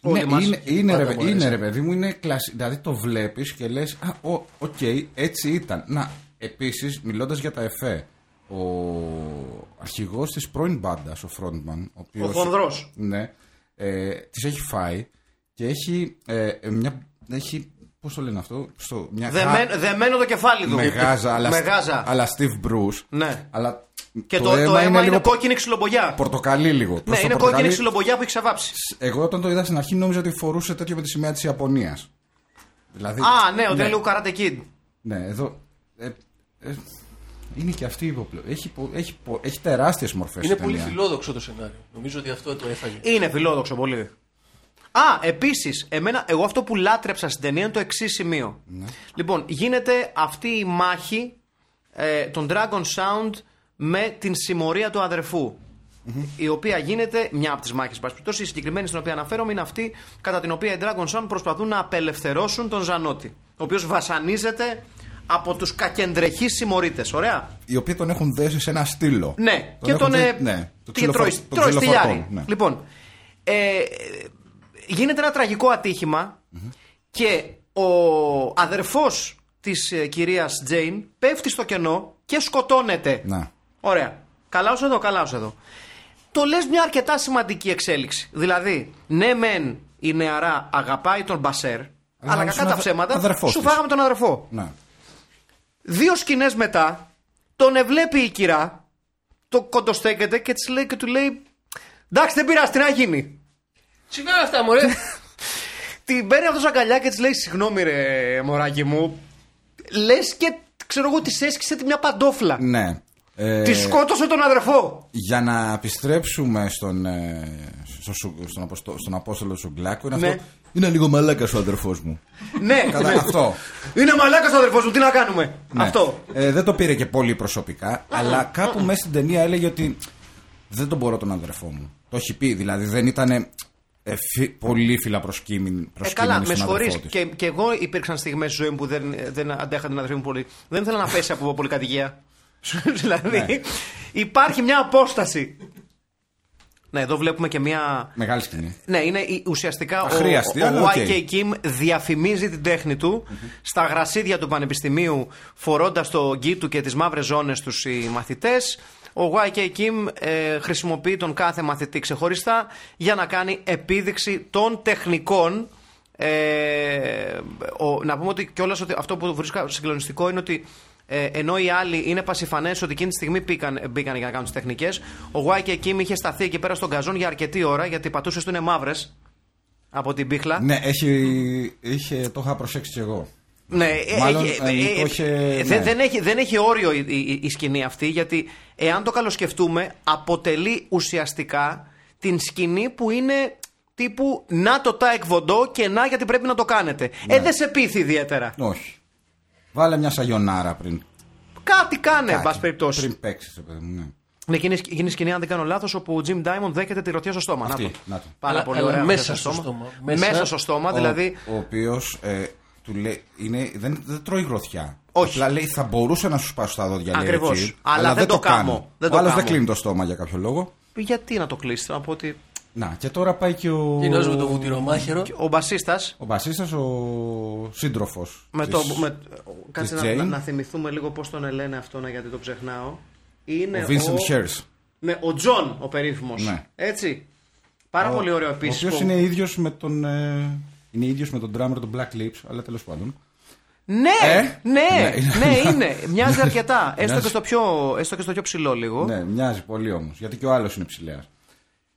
Speaker 3: Όλοι
Speaker 4: Ναι,
Speaker 3: μας.
Speaker 4: είναι, είναι,
Speaker 5: Πάντα
Speaker 4: ρε,
Speaker 5: μου αρέσει.
Speaker 4: είναι ρε παιδί μου, είναι κλασι... Δηλαδή το βλέπεις και λες, Α, ο, οκ, έτσι ήταν. Να, επίσης, μιλώντας για τα εφέ, ο αρχηγός της πρώην μπάντας, ο frontman, ο,
Speaker 3: Ο
Speaker 4: οποίος,
Speaker 3: Χονδρός.
Speaker 4: Ναι, ε, τη έχει φάει και έχει ε, μια. Έχει, Πώς το λένε αυτό, στο, μια
Speaker 3: Δεμένο,
Speaker 4: γα-
Speaker 3: δεμένο το κεφάλι του.
Speaker 4: με γάζα, αλλά,
Speaker 3: Με γάζα.
Speaker 4: αλλά Steve Bruce.
Speaker 3: Ναι.
Speaker 4: Αλλά
Speaker 3: Και το, το αίμα, είναι,
Speaker 4: λίγο
Speaker 3: κόκκινη ξυλομπολιά.
Speaker 4: πορτοκαλί λίγο.
Speaker 3: Ναι,
Speaker 4: Προς το
Speaker 3: είναι
Speaker 4: πορτοκαλί-
Speaker 3: κόκκινη ξυλομπολιά που έχει ξαβάψει.
Speaker 4: Εγώ όταν το είδα στην αρχή νόμιζα ότι φορούσε τέτοιο με τη σημαία της Ιαπωνίας. Δηλαδή,
Speaker 3: Α, ναι, ο Τέλειο Karate Kid.
Speaker 4: Ναι, εδώ. ε, ε, είναι και αυτή η υποπλο... Έχει, πο- έχει, πο- έχει τεράστιες μορφές.
Speaker 5: Είναι πολύ φιλόδοξο το σενάριο. Νομίζω ότι αυτό το έφαγε.
Speaker 4: Ε-
Speaker 3: Είναι φιλόδοξο πολύ. Α, επίσης, εμένα, εγώ αυτό που λάτρεψα στην ταινία είναι το εξής σημείο. Λοιπόν, γίνεται αυτή η μάχη ε, των Dragon Sound με την συμμορία του αδερφού. Η οποία γίνεται, μια από τις μάχες, περιπτώσει, η συγκεκριμένη στην οποία αναφέρομαι είναι αυτή κατά την οποία οι Dragon Sound προσπαθούν να απελευθερώσουν τον Ζανότη. Ο οποίος βασανίζεται από τους κακεντρεχείς συμμορίτες. Ωραία.
Speaker 4: Οι οποίοι τον έχουν δέσει σε ένα στήλο.
Speaker 3: Ναι, και τον.
Speaker 4: έχουν
Speaker 3: ε,
Speaker 4: δει- ναι, το
Speaker 3: και τρώει,
Speaker 4: ξυλοφορ- τον
Speaker 3: τρώει στη
Speaker 4: ξυλοφορτών,
Speaker 3: λιάρη.
Speaker 4: ναι.
Speaker 3: Λοιπόν, ε, γίνεται ένα τραγικό ατύχημα και ο αδερφός της ε, κυρίας Τζέιν πέφτει στο κενό και σκοτώνεται.
Speaker 4: Να.
Speaker 3: Ωραία. Καλά ως εδώ, καλά ως εδώ. Το λες μια αρκετά σημαντική εξέλιξη. Δηλαδή, ναι μεν η νεαρά αγαπάει τον Μπασέρ, αλλά
Speaker 4: είναι
Speaker 3: κακά τα
Speaker 4: αδε-
Speaker 3: ψέματα
Speaker 4: αδερφός
Speaker 3: σου
Speaker 4: της.
Speaker 3: φάγαμε τον αδερφό.
Speaker 4: Ναι.
Speaker 3: Δύο σκηνές μετά, τον ευλέπει η κυρά, το κοντοστέκεται και, της λέει, και του λέει: Εντάξει, δεν πειράζει, τι να γίνει.
Speaker 5: Συμβαίνουν αυτά, μωρέ.
Speaker 3: Την παίρνει αυτός αγκαλιά και της λέει: Συγγνώμη, ρε μωράκι μου. Λες και ξέρω εγώ, της έσκησε τη μια παντόφλα.
Speaker 4: ναι. Ε,
Speaker 3: Της σκότωσε τον αδερφό.
Speaker 4: Για να επιστρέψουμε στον, ε, στο, σου- στον, αποστο, στον Απόστολο Σουγκλάκο, είναι
Speaker 3: Ναι.
Speaker 4: αυτό. Είναι λίγο μαλάκας ο αδερφός μου.
Speaker 3: ναι,
Speaker 4: Κατά
Speaker 3: ναι.
Speaker 4: αυτό.
Speaker 3: Είναι μαλάκας ο αδερφός μου, τι να κάνουμε.
Speaker 4: Ναι.
Speaker 3: Αυτό.
Speaker 4: Ε, δεν το πήρε και πολύ προσωπικά, αλλά κάπου μέσα στην ταινία έλεγε ότι δεν τον μπορώ τον αδερφό μου. Το έχει πει, δηλαδή δεν ήταν ε, πολύ φιλαπροσκύμην
Speaker 3: Ε,
Speaker 4: προσκύμην
Speaker 3: καλά,
Speaker 4: στον
Speaker 3: με συγχωρεί.
Speaker 4: αδερφό της.
Speaker 3: Και, και, εγώ υπήρξαν στιγμές στη ζωή μου που δεν, δεν αντέχα την αδερφή μου πολύ. Δεν ήθελα να πέσει από πολυκατοικία.
Speaker 4: Ναι.
Speaker 3: δηλαδή, υπάρχει μια απόσταση. ναι, εδώ βλέπουμε και μια.
Speaker 4: Μεγάλη σκηνή.
Speaker 3: Ναι, είναι η- ουσιαστικά ο,
Speaker 4: Αχρίαστη,
Speaker 3: ο,
Speaker 4: αλλά
Speaker 3: ο
Speaker 4: οκ.
Speaker 3: YK Kim διαφημίζει την τέχνη του στα γρασίδια του Πανεπιστημίου φορώντας το γκί του και τις μαύρες ζώνες τους οι μαθητές Ο YK Kim ε, χρησιμοποιεί τον κάθε μαθητή ξεχωριστά για να κάνει επίδειξη των τεχνικών. Ε, ο, να πούμε ότι κιόλας ότι αυτό που βρίσκω συγκλονιστικό είναι ότι ε, ενώ οι άλλοι είναι πασιφανές ότι εκείνη τη στιγμή μπήκαν, μπήκαν για να κάνουν τις τεχνικές, ο YK Kim είχε σταθεί εκεί πέρα στον καζόν για αρκετή ώρα γιατί οι πατούσες του είναι μαύρες από την πίχλα.
Speaker 4: Ναι, έχει, είχε, το είχα προσέξει κι εγώ.
Speaker 3: Ναι, ε,
Speaker 4: Μάλλον,
Speaker 3: έχει-
Speaker 4: ε,
Speaker 3: ε,
Speaker 4: το είχε-
Speaker 3: ε,
Speaker 4: ναι.
Speaker 3: δεν- δεν, έχει, δεν έχει όριο η, η- η σκηνή αυτή, γιατί εάν το καλοσκεφτούμε, αποτελεί ουσιαστικά την σκηνή που είναι τύπου να το τα εκβοντώ και να γιατί πρέπει να το κάνετε.
Speaker 4: Ναι.
Speaker 3: Ε, δεν σε πείθει ιδιαίτερα.
Speaker 4: Όχι. Βάλε μια σαγιονάρα πριν.
Speaker 3: Κάτι κάνε, εν
Speaker 4: κάτι,
Speaker 3: Ε, πάση περιπτώσει.
Speaker 4: Πριν παίξεις, παιδί μου. Ναι.
Speaker 3: Ναι, εκείνη, εκείνη η σκηνή, αν δεν κάνω λάθος, όπου ο Jim Diamond δέχεται τη ρωτιά στο στόμα.
Speaker 4: Αυτή,
Speaker 3: Να το.
Speaker 4: να το.
Speaker 3: Πάρα
Speaker 5: Αλλά-
Speaker 3: πολύ
Speaker 5: αλλά
Speaker 3: ωραία.
Speaker 5: μέσα
Speaker 3: ρωτιά
Speaker 5: στο στόμα.
Speaker 3: Μέσα,
Speaker 5: Μέσα.
Speaker 3: στο στόμα,
Speaker 4: Ο-
Speaker 3: δηλαδή.
Speaker 4: Ο, οποίος ε, του λέει. Είναι, δεν, δεν τρώει γροθιά.
Speaker 3: Όχι.
Speaker 4: Απλά λέει θα μπορούσα να σου σπάσω τα δόντια. λέει,
Speaker 3: Ακριβώς.
Speaker 4: εκεί,
Speaker 3: Αλλά δεν το κάνω. Δεν το
Speaker 4: ο άλλος δεν
Speaker 3: κάνω.
Speaker 4: κλείνει το στόμα για κάποιο λόγο.
Speaker 3: Γιατί να το κλείσει, να πω ότι
Speaker 4: Να, και τώρα πάει και ο.
Speaker 5: Κοινό με το βουτυρομάχαιρο.
Speaker 3: ο μπασίστας.
Speaker 4: Ο μπασίστας, ο σύντροφος.
Speaker 3: Με το, με, κάτσε
Speaker 4: της
Speaker 3: να,
Speaker 4: Jane.
Speaker 3: να, να θυμηθούμε λίγο πώς τον λένε αυτόν, γιατί το ξεχνάω. Είναι
Speaker 4: Ο Vincent Hers.
Speaker 3: Ναι, ο Τζον, ο περίφημος.
Speaker 4: Ναι.
Speaker 3: Έτσι. Πάρα πολύ ωραίο επίση.
Speaker 4: Ο οποίος είναι ίδιος με τον. ε, είναι ίδιος με τον drummer των Black Lips, αλλά τέλος πάντων.
Speaker 3: Ναι,
Speaker 4: Ε?
Speaker 3: ναι,
Speaker 4: Ναι.
Speaker 3: ναι, είναι. Μοιάζει αρκετά. Έστω και,
Speaker 4: Μοιάζει.
Speaker 3: στο πιο, έστω και στο πιο ψηλό λίγο.
Speaker 4: Ναι, μοιάζει πολύ όμως. Γιατί και ο άλλος είναι ψηλέας.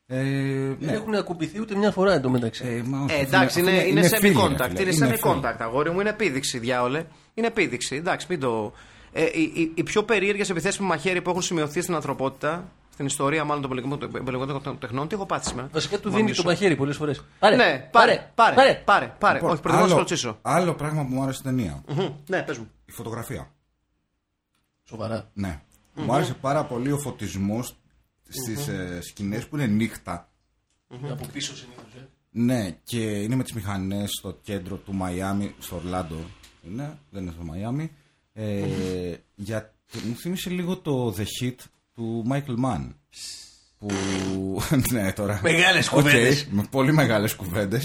Speaker 4: Ε,
Speaker 5: Δεν
Speaker 4: ναι.
Speaker 5: έχουν ακουμπηθεί ούτε μια φορά εντωμεταξύ.
Speaker 4: Ε, μα όχι,
Speaker 3: Ε,
Speaker 4: αυτό
Speaker 3: εντάξει, είναι,
Speaker 4: αυτό
Speaker 3: είναι, είναι
Speaker 4: φίλοι, ρε
Speaker 3: semi-contact.
Speaker 4: φίλε,
Speaker 3: Είναι
Speaker 4: φίλοι.
Speaker 3: semi-contact, αγόρι μου. Είναι επίδειξη, διάολε. Είναι επίδειξη. Εντάξει, μην το. Ε, οι, οι, οι πιο περίεργες επιθέσεις με μαχαίρι που έχουν σημειωθεί στην ανθρωπότητα, στην ιστορία μάλλον των πολεμικών- πολεμικών των τεχνών, τι έχω πάθει σήμερα.
Speaker 5: Βασικά του
Speaker 3: Μα
Speaker 5: δίνει
Speaker 3: μισό.
Speaker 5: το μαχαίρι πολλές φορές. Πάρε,
Speaker 3: Ναι, πάρε, πάρε, πάρε, πάρε.
Speaker 4: Λοιπόν,
Speaker 3: Όχι, προτιμώ να σου
Speaker 4: άλλο-
Speaker 3: κλωτσίσω.
Speaker 4: Άλλο πράγμα που μου άρεσε στην ταινία.
Speaker 3: Μμμ, Ναι, πες μου.
Speaker 4: Η φωτογραφία.
Speaker 5: Σοβαρά.
Speaker 4: Ναι. Μου άρεσε πάρα πολύ ο φωτισμός στις ε, σκηνές που είναι νύχτα.
Speaker 5: Από πίσω ε. συνήθω.
Speaker 4: Ναι, και είναι με τις μηχανές στο κέντρο του Μαϊάμι, στο Ορλάντο. Είναι, δεν είναι στο Μαϊάμι. Ε, για, μου θύμισε λίγο το The Hit του Michael Mann. Που. ναι, τώρα.
Speaker 5: Μεγάλες
Speaker 4: Οκ,
Speaker 5: κουβέντες.
Speaker 4: με πολύ μεγάλες κουβέντες.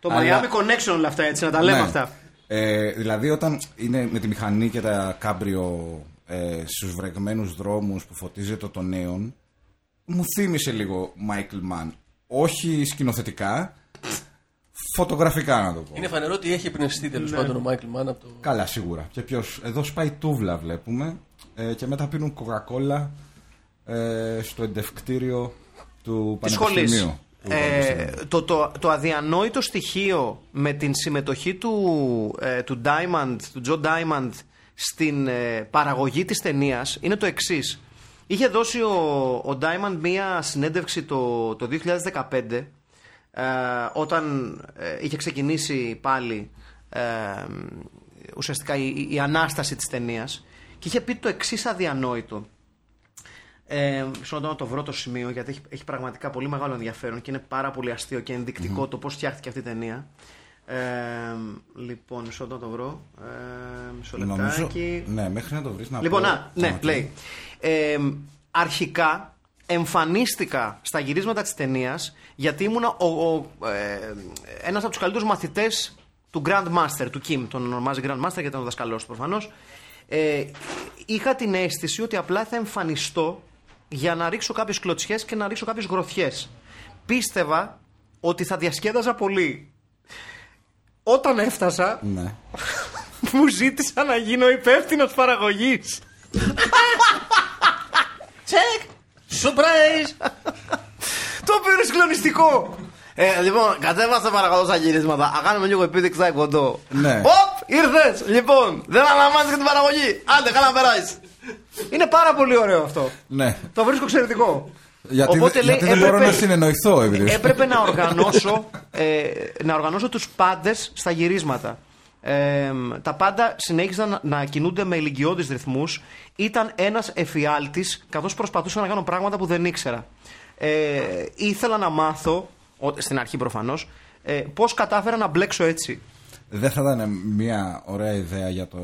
Speaker 3: Το Miami Connection όλα αυτά, έτσι, να τα λέμε
Speaker 4: Ναι.
Speaker 3: αυτά.
Speaker 4: Ε, δηλαδή όταν είναι με τη μηχανή και τα κάμπριο ε, στους βρεγμένους δρόμους που φωτίζεται το νέον μου θύμισε λίγο Michael Mann. Όχι σκηνοθετικά, φωτογραφικά να το πω.
Speaker 5: Είναι φανερό ότι έχει εμπνευστεί τέλος
Speaker 4: Ναι.
Speaker 5: πάντων ο Μάικλ Μάν από το.
Speaker 4: Καλά σίγουρα. Και ποιος, εδώ σπάει τούβλα βλέπουμε ε, και μετά πίνουν κοκακόλα ε, στο εντευκτήριο του
Speaker 3: Της σχολή.
Speaker 4: Πανεπιστημίου. του
Speaker 3: Ε,
Speaker 4: Πανεπιστημίου.
Speaker 3: το, το, το αδιανόητο στοιχείο με την συμμετοχή του, ε, του Diamond, του Τζο Diamond στην ε, παραγωγή της ταινίας είναι το εξής. Είχε δώσει ο, ο Diamond μία συνέντευξη το, το 2015 ε, όταν ε, είχε ξεκινήσει πάλι ε, ουσιαστικά η, η ανάσταση της ταινίας και είχε πει το εξής αδιανόητο. Ε, μισό λεπτό να το βρω το σημείο γιατί έχει, έχει πραγματικά πολύ μεγάλο ενδιαφέρον και είναι πάρα πολύ αστείο και ενδεικτικό το πώς φτιάχτηκε αυτή η ταινία. Ε, λοιπόν, μισό λεπτό να το βρω. Ε, μισό
Speaker 4: Νομίζω,
Speaker 3: λεπτάκι.
Speaker 4: ναι, μέχρι να το βρεις να
Speaker 3: Λοιπόν,
Speaker 4: πω-
Speaker 3: να, ναι,
Speaker 4: το-
Speaker 3: λέει. Ε, αρχικά εμφανίστηκα στα γυρίσματα της ταινίας γιατί ήμουνα ο, ο, ε, ένας από τους καλύτερους μαθητές του Grand Master, του Kim, τον ονομάζει Grand Master γιατί ήταν ο δασκαλός του προφανώς. Ε, είχα την αίσθηση ότι απλά θα εμφανιστώ για να ρίξω κάποιες κλωτσιές και να ρίξω κάποιες γροθιές. Πίστευα ότι θα διασκέδαζα πολύ. Όταν έφτασα,
Speaker 4: Ναι.
Speaker 3: μου ζήτησα να γίνω υπεύθυνος παραγωγής.
Speaker 5: Τσεκ! Surprise!
Speaker 3: Το οποίο είναι συγκλονιστικό. Ε, λοιπόν, κατέβασε παρακαλώ στα γυρίσματα. Α κάνουμε λίγο επίδειξη ταϊκοντό.
Speaker 4: Ναι.
Speaker 3: Οπ, ήρθες! Λοιπόν, δεν αναλαμβάνει και την παραγωγή. Άντε, καλά περάσει. είναι πάρα πολύ ωραίο αυτό.
Speaker 4: ναι.
Speaker 3: Το βρίσκω εξαιρετικό.
Speaker 4: Γιατί,
Speaker 3: Οπότε
Speaker 4: δεν-
Speaker 3: λέει,
Speaker 4: γιατί δεν μπορώ να
Speaker 3: έπρεπε-
Speaker 4: συνεννοηθώ, επειδή.
Speaker 3: έπρεπε να οργανώσω, ε, να οργανώσω τους πάντες στα γυρίσματα. Ε, τα πάντα συνέχιζαν να, να κινούνται με ηλικιώδεις ρυθμούς. Ήταν ένας εφιάλτης, καθώς προσπαθούσα να κάνω πράγματα που δεν ήξερα. Ε, ήθελα να μάθω, ο- στην αρχή προφανώς, ε, πώς κατάφερα να μπλέξω έτσι.
Speaker 4: Δεν θα ήταν μια ωραία ιδέα για το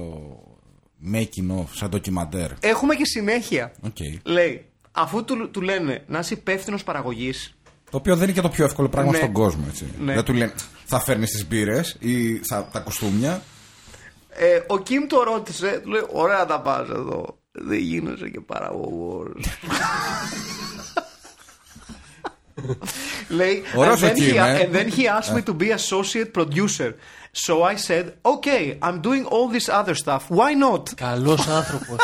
Speaker 4: making of σαν ντοκιμαντέρ.
Speaker 3: Έχουμε και συνέχεια.
Speaker 4: Οκ.
Speaker 3: Λέει, αφού του, του λένε να είσαι υπεύθυνος παραγωγής,
Speaker 4: Το οποίο δεν είναι και το πιο εύκολο πράγμα
Speaker 3: Ναι.
Speaker 4: στον κόσμο. Έτσι.
Speaker 3: Ναι.
Speaker 4: Δεν του λένε θα φέρνεις τις μπύρες ή θα, τα κουστούμια.
Speaker 3: Ε, ο Κιμ το ρώτησε, του λέει: Ωραία τα πας εδώ. Δεν γίνεσαι και παραγωγός. Λέει,
Speaker 4: Ωραίος
Speaker 3: and then,
Speaker 4: εκεί
Speaker 3: he,
Speaker 4: είμαι, ε.
Speaker 3: and then he asked me to be associate producer. So I said, okay, I'm doing all this other stuff. Why not?
Speaker 5: Καλός άνθρωπος.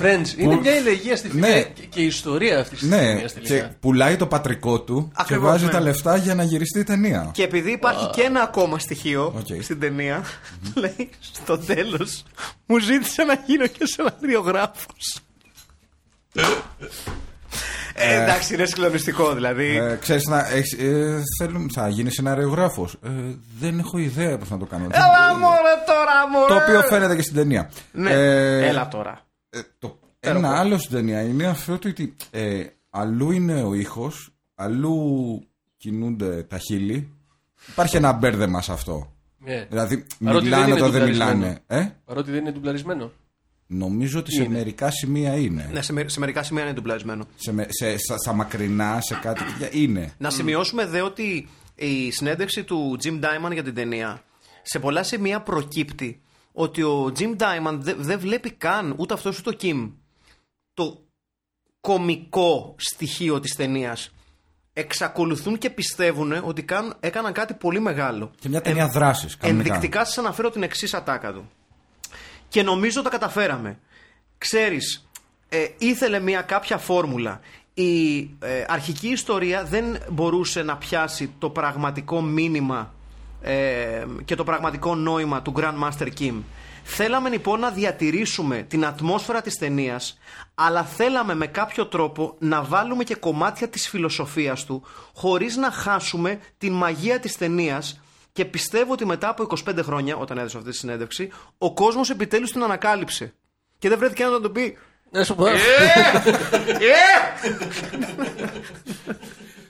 Speaker 5: Friends, είναι μια ελεγγύα στη
Speaker 4: Ναι.
Speaker 5: φιλία και η ιστορία αυτής της
Speaker 4: Ναι,
Speaker 5: ταινίας
Speaker 4: και
Speaker 5: τελικά.
Speaker 4: πουλάει το πατρικό του και
Speaker 3: Ακριβώς,
Speaker 4: βάζει
Speaker 3: ναι.
Speaker 4: τα λεφτά για να γυριστεί η ταινία.
Speaker 3: Και επειδή υπάρχει και ένα ακόμα στοιχείο
Speaker 4: Οκ.
Speaker 3: στην ταινία, λέει στο τέλος μου ζήτησε να γίνω και σεναριογράφος. ε, εντάξει, είναι συγκλονιστικό δηλαδή.
Speaker 4: Ε, ξέρεις να έχεις, ε, θέλουμε, θα γίνει σενάριογράφος ε, Δεν έχω ιδέα πώς να το κάνω
Speaker 3: Έλα μωρέ τώρα, μωρέ!
Speaker 4: Το οποίο φαίνεται και στην ταινία
Speaker 3: Ναι,
Speaker 4: Ε,
Speaker 3: έλα τώρα.
Speaker 4: ε, το, Ένα άλλο στην ταινία είναι αυτό το ότι ε, Αλλού είναι ο ήχος Αλλού κινούνται τα χείλη Υπάρχει ένα μπέρδεμα σε αυτό
Speaker 5: Ναι.
Speaker 4: Δηλαδή
Speaker 5: Παρότι δεν
Speaker 4: μιλάνε
Speaker 5: είναι
Speaker 4: όταν δεν
Speaker 5: ντουμπλαρισμένο.
Speaker 4: μιλάνε ε?
Speaker 5: Παρότι δεν είναι ντουμπλαρισμένο.
Speaker 4: Νομίζω ότι σε
Speaker 5: Είναι.
Speaker 4: μερικά σημεία είναι
Speaker 3: Ναι, σε, με- σε μερικά σημεία είναι ντουμπλαρισμένο.
Speaker 4: σε, με- σε, στα, στα μακρινά, σε κάτι τέτοια, Είναι
Speaker 3: Να σημειώσουμε δε ότι η συνέντευξη του Jim Diamond για την ταινία σε πολλά σημεία προκύπτει ότι ο Jim Diamond δε- δεν βλέπει καν ούτε αυτός ούτε ο Kim το κομικό στοιχείο της ταινίας. Εξακολουθούν και πιστεύουν ε, ότι κάνουν, έκαναν κάτι πολύ μεγάλο.
Speaker 4: Και μια
Speaker 5: Ε,
Speaker 4: ταινία δράσης κανονικά.
Speaker 3: Ενδεικτικά σας αναφέρω την εξής ατάκα του. Και νομίζω τα καταφέραμε. Ξέρεις, ε, ήθελε μια κάποια φόρμουλα. Η ε, αρχική ιστορία δεν μπορούσε να πιάσει το πραγματικό μήνυμα ε, και το πραγματικό νόημα του Grandmaster Kim. Θέλαμε λοιπόν να διατηρήσουμε την ατμόσφαιρα της ταινίας, αλλά θέλαμε με κάποιο τρόπο να βάλουμε και κομμάτια της φιλοσοφίας του, χωρίς να χάσουμε την μαγεία της ταινίας και πιστεύω ότι μετά από 25 χρόνια, όταν έδωσε αυτή τη συνέντευξη, ο κόσμος επιτέλους την ανακάλυψε. Και δεν βρέθηκε ένα να τον πει.
Speaker 5: Να σου πω.
Speaker 4: Ε!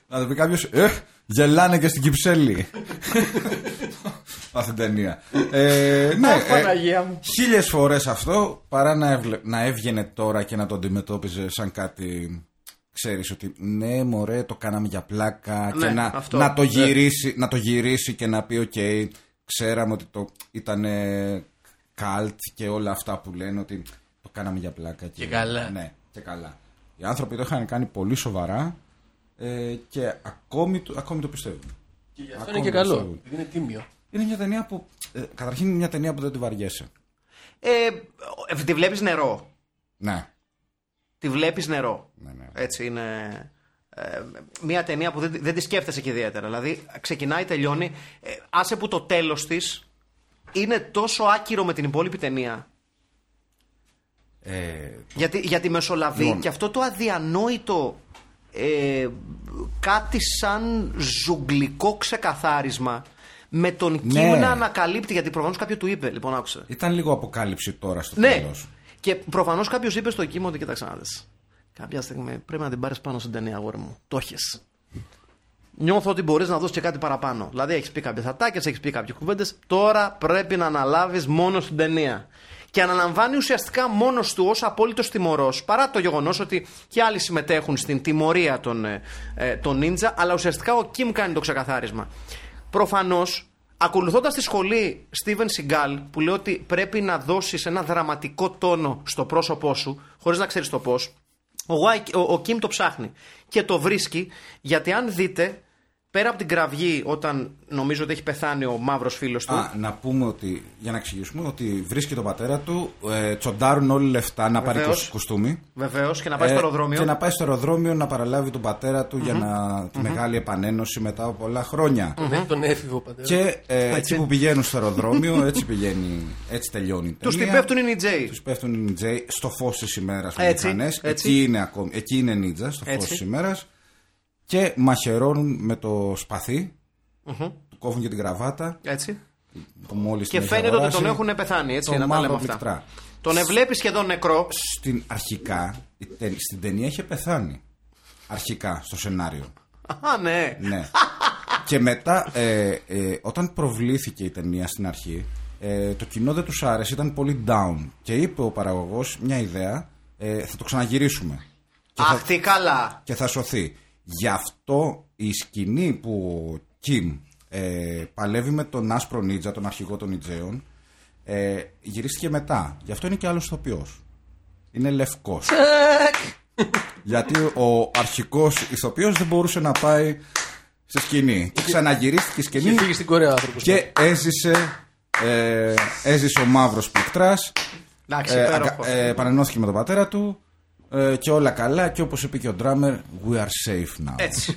Speaker 4: Να το πει κάποιος, ε, γελάνε και στην Κυψέλη. Αυτή την ταινία. Ε, ναι,
Speaker 3: Αχ, Παναγία μου.
Speaker 4: χίλιες φορές αυτό παρά να, έβλε- να έβγαινε τώρα και να το αντιμετώπιζε σαν κάτι. Ξέρεις ότι ναι μωρέ το κάναμε για πλάκα
Speaker 3: Ναι,
Speaker 4: και να,
Speaker 3: αυτό.
Speaker 4: να, το γυρίσει, να το γυρίσει και να πει οκ ξέραμε ότι το ήταν καλτ και όλα αυτά που λένε ότι το κάναμε για πλάκα και,
Speaker 5: Και καλά.
Speaker 4: ναι, και καλά. Οι άνθρωποι το είχαν κάνει πολύ σοβαρά ε, και ακόμη, το- ακόμη το πιστεύουν.
Speaker 5: Και γι' αυτό
Speaker 4: Ακόμα
Speaker 5: είναι και
Speaker 4: πιστεύω.
Speaker 5: καλό. επειδή Είναι τίμιο.
Speaker 4: Είναι μια ταινία που. ε, καταρχήν είναι μια ταινία που δεν τη βαριέσαι.
Speaker 3: Ε, ε, τη βλέπεις νερό.
Speaker 4: Ναι.
Speaker 3: Τη βλέπεις νερό.
Speaker 4: ναι, ναι.
Speaker 3: Έτσι είναι. ε, μια ταινία που δεν, δεν τη σκέφτεσαι και ιδιαίτερα. Δηλαδή ξεκινάει, τελειώνει. Ε, άσε που το τέλος της είναι τόσο άκυρο με την υπόλοιπη ταινία.
Speaker 4: Ε,
Speaker 3: Γιατί, γιατί μεσολαβεί
Speaker 4: Λοιπόν.
Speaker 3: και αυτό το αδιανόητο ε, κάτι σαν ζουγκλικό ξεκαθάρισμα με τον
Speaker 4: Ναι.
Speaker 3: Κιμ να ανακαλύπτει. Γιατί προφανώς κάποιο του είπε, λοιπόν, άκουσε.
Speaker 4: ήταν λίγο αποκάλυψη τώρα στο
Speaker 3: Ναι.
Speaker 4: τέλος.
Speaker 3: Και προφανώς κάποιος είπε στο Κιμ ότι κοίταξε να δεις. Κάποια στιγμή πρέπει να την πάρεις πάνω στην ταινία, αγόρι μου. Το έχεις. Νιώθω ότι μπορείς να δώσεις και κάτι παραπάνω. Δηλαδή, έχεις πει κάποιες ατάκες, έχεις πει κάποιες κουβέντες. Τώρα πρέπει να αναλάβεις μόνο την ταινία. Και αναλαμβάνει ουσιαστικά μόνος του ως απόλυτος τιμωρός. Παρά το γεγονός ότι και άλλοι συμμετέχουν στην τιμωρία των, ε, ε, των νίντζα, αλλά ουσιαστικά ο Κιμ κάνει το ξεκαθάρισμα. Προφανώς, ακολουθώντας τη σχολή Steven Seagal, που λέει ότι πρέπει να δώσεις ένα δραματικό τόνο στο πρόσωπό σου, χωρίς να ξέρεις το πώς, ο, Wai- ο, ο Κιμ το ψάχνει και το βρίσκει γιατί αν δείτε πέρα από την κραυγή όταν νομίζω ότι έχει πεθάνει ο μαύρος φίλος του
Speaker 4: Α, να πούμε ότι, για να εξηγήσουμε, ότι βρίσκει τον πατέρα του, ε, τσοντάρουν όλοι λεφτά να πάρει
Speaker 3: Βεβαίως.
Speaker 4: κοσ- κουστούμι.
Speaker 3: βεβαίως και να πάει στο
Speaker 4: Ε,
Speaker 3: αεροδρόμιο
Speaker 4: Και να πάει στο αεροδρόμιο να παραλάβει τον πατέρα του για να, τη μεγάλη επανένωση μετά από πολλά χρόνια.
Speaker 5: Δεν τον έφηβο πατέρας.
Speaker 4: Και ε, εκεί που πηγαίνουν στο αεροδρόμιο, έτσι πηγαίνει, έτσι τελειώνει. η
Speaker 3: τους την
Speaker 4: ταινία.
Speaker 3: πέφτουν οι Νιτζέοι
Speaker 4: Τους πέφτουν οι Νιτζέοι στο φως της ημέρας με
Speaker 3: Έτσι,
Speaker 4: μηχανέ.
Speaker 3: έτσι.
Speaker 4: Εκεί είναι, ακόμη, εκεί είναι Νίτζα, στο φως
Speaker 3: Έτσι.
Speaker 4: της ημέρας. Και μαχαιρώνουν με το σπαθι Του κόβουν και την κραβάτα.
Speaker 3: έτσι
Speaker 4: Που μόλις
Speaker 3: και
Speaker 4: την έχει
Speaker 3: φαίνεται ότι
Speaker 4: αγοράσει.
Speaker 3: τον έχουν πεθάνει έτσι
Speaker 4: το
Speaker 3: να τα λέμε
Speaker 4: μαύρο
Speaker 3: αυτά
Speaker 4: πληκτρά.
Speaker 3: τον ευλέπει σχεδόν νεκρό
Speaker 4: Στην αρχικά, η ται- στην ταινία είχε πεθάνει. Αρχικά, στο σενάριο.
Speaker 3: α ναι
Speaker 4: Ναι. και μετά, ε, ε, όταν προβλήθηκε η ταινία στην αρχή, ε, το κοινό δεν τους άρεσε, ήταν πολύ down. Και είπε ο παραγωγός μια ιδέα, ε, θα το ξαναγυρίσουμε. Και θα-
Speaker 3: αχ τι καλά
Speaker 4: και θα σωθεί. Γι' αυτό η σκηνή που ο Κιμ ε, παλεύει με τον Άσπρο Νίτζα, τον αρχηγό των Νιτζέων, ε, γυρίστηκε μετά. Γι' αυτό είναι και άλλος ηθοποιός. είναι λευκός. Γιατί ο αρχικός ηθοποιός δεν μπορούσε να πάει στη σκηνή. Και ξαναγυρίστηκε η
Speaker 5: Είχε
Speaker 4: σκηνή
Speaker 5: φύγει στην Κορέα άνθρωπος.
Speaker 4: και έζησε, ε, έζησε ο μαύρος πληκτράς.
Speaker 3: Εντάξει,
Speaker 4: Ε,
Speaker 3: υπέροχος.
Speaker 4: αγα- ε, επανενώθηκε με τον πατέρα του ε, και όλα καλά και όπως είπε και ο drummer we are safe now.
Speaker 3: Έτσι.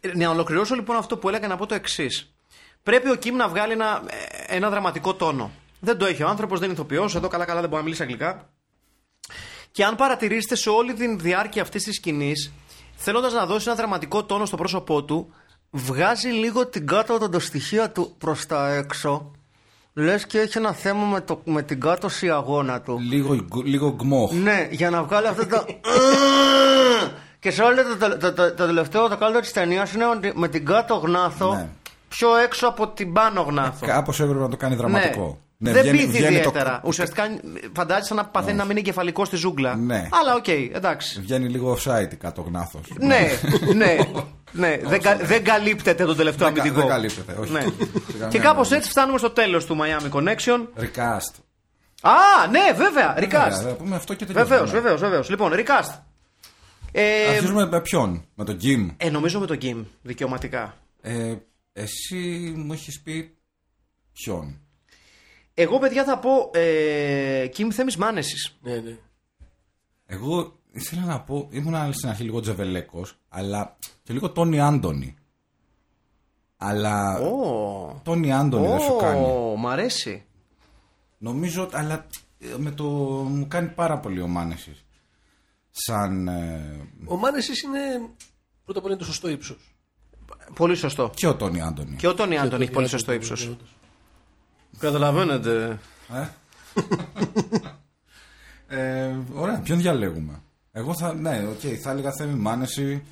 Speaker 3: Ε, να ολοκληρώσω λοιπόν αυτό που έλεγα να πω το εξής. Πρέπει ο Κιμ να βγάλει ένα, ε, ένα δραματικό τόνο. Δεν το έχει ο άνθρωπος, δεν είναι ηθοποιός. Εδώ καλά-καλά δεν μπορεί να μιλήσει αγγλικά. Και αν παρατηρήσετε σε όλη τη διάρκεια αυτής της σκηνής, θέλοντας να δώσει ένα δραματικό τόνο στο πρόσωπό του, βγάζει λίγο την κάτω τα στοιχεία του προς τα έξω. Λες και έχει ένα θέμα με, το, με την κάτωση αγώνα του.
Speaker 4: Λίγο, λίγο γκμόχ.
Speaker 3: Ναι, για να βγάλει αυτό το. και σε όλο το, το, το, το, το τελευταίο, το καλύτερο της ταινίας είναι ότι με την κάτω γνάθο
Speaker 4: Ναι.
Speaker 3: πιο έξω από την πάνω γνάθο.
Speaker 4: Κάπως έπρεπε να το κάνει δραματικό. Ναι,
Speaker 3: δεν
Speaker 4: βγαίνει-
Speaker 3: πείθει
Speaker 4: βγαίνει το-
Speaker 3: ιδιαίτερα. Ουσιαστικά φαντάζεσαι να παθαίνει να μην είναι κεφαλικό στη ζούγκλα.
Speaker 4: Ναι.
Speaker 3: Αλλά οκ, εντάξει.
Speaker 4: Βγαίνει λίγο offside κάτω γνάθος.
Speaker 3: ναι, ναι. ναι. δεν, κα- δεν καλύπτεται το τελευταίο
Speaker 4: Δεν κα-
Speaker 3: αμυντικό.
Speaker 4: δεν καλύπτεται, ναι, όχι.
Speaker 3: Ναι.
Speaker 4: Σε
Speaker 3: και
Speaker 4: κανένα
Speaker 3: κάπω
Speaker 4: λόγο.
Speaker 3: έτσι φτάνουμε στο τέλος του Miami Connection.
Speaker 4: Recast.
Speaker 3: Α, ναι, βέβαια,
Speaker 4: Βέβαια,
Speaker 3: recast.
Speaker 4: θα πούμε αυτό και τελειώνουμε.
Speaker 3: Βεβαίως, βεβαίως, βεβαίως. Λοιπόν, recast. Ε,
Speaker 4: Αρχίζουμε με ποιον, με τον Jim.
Speaker 3: Ε, νομίζω με τον Κιμ, δικαιωματικά.
Speaker 4: Ε, εσύ μου έχεις πει ποιον.
Speaker 3: Εγώ, παιδιά, θα πω ε, Κιμ Θέμης Μάνεσης.
Speaker 5: Ναι, ναι.
Speaker 4: Εγώ ήθελα να πω, ήμουν στην αρχή λίγο τζεβελέκος, αλλά και λίγο Τόνι Άντωνη. Αλλά
Speaker 3: Ω,
Speaker 4: Τόνι Άντωνη δεν σου κάνει.
Speaker 3: Ω, μ' αρέσει.
Speaker 4: Νομίζω, ότι- αλλά ε, με το... μου κάνει πάρα πολύ ο Μάνεσης. Σαν... ε,
Speaker 5: Ο Μάνεσης είναι πρώτα απ' όλα είναι το σωστό ύψος.
Speaker 3: Πολύ σωστό.
Speaker 4: και ο Τόνι Άντωνη.
Speaker 3: Και ο Τόνι Άντων έχει πολύ σωστό ύψο. Καταλαβαίνετε.
Speaker 4: Ε. Ε, ωραία, ποιον διαλέγουμε. Εγώ θα, ναι, οκ, θα έλεγα Θέμη Μάνεση.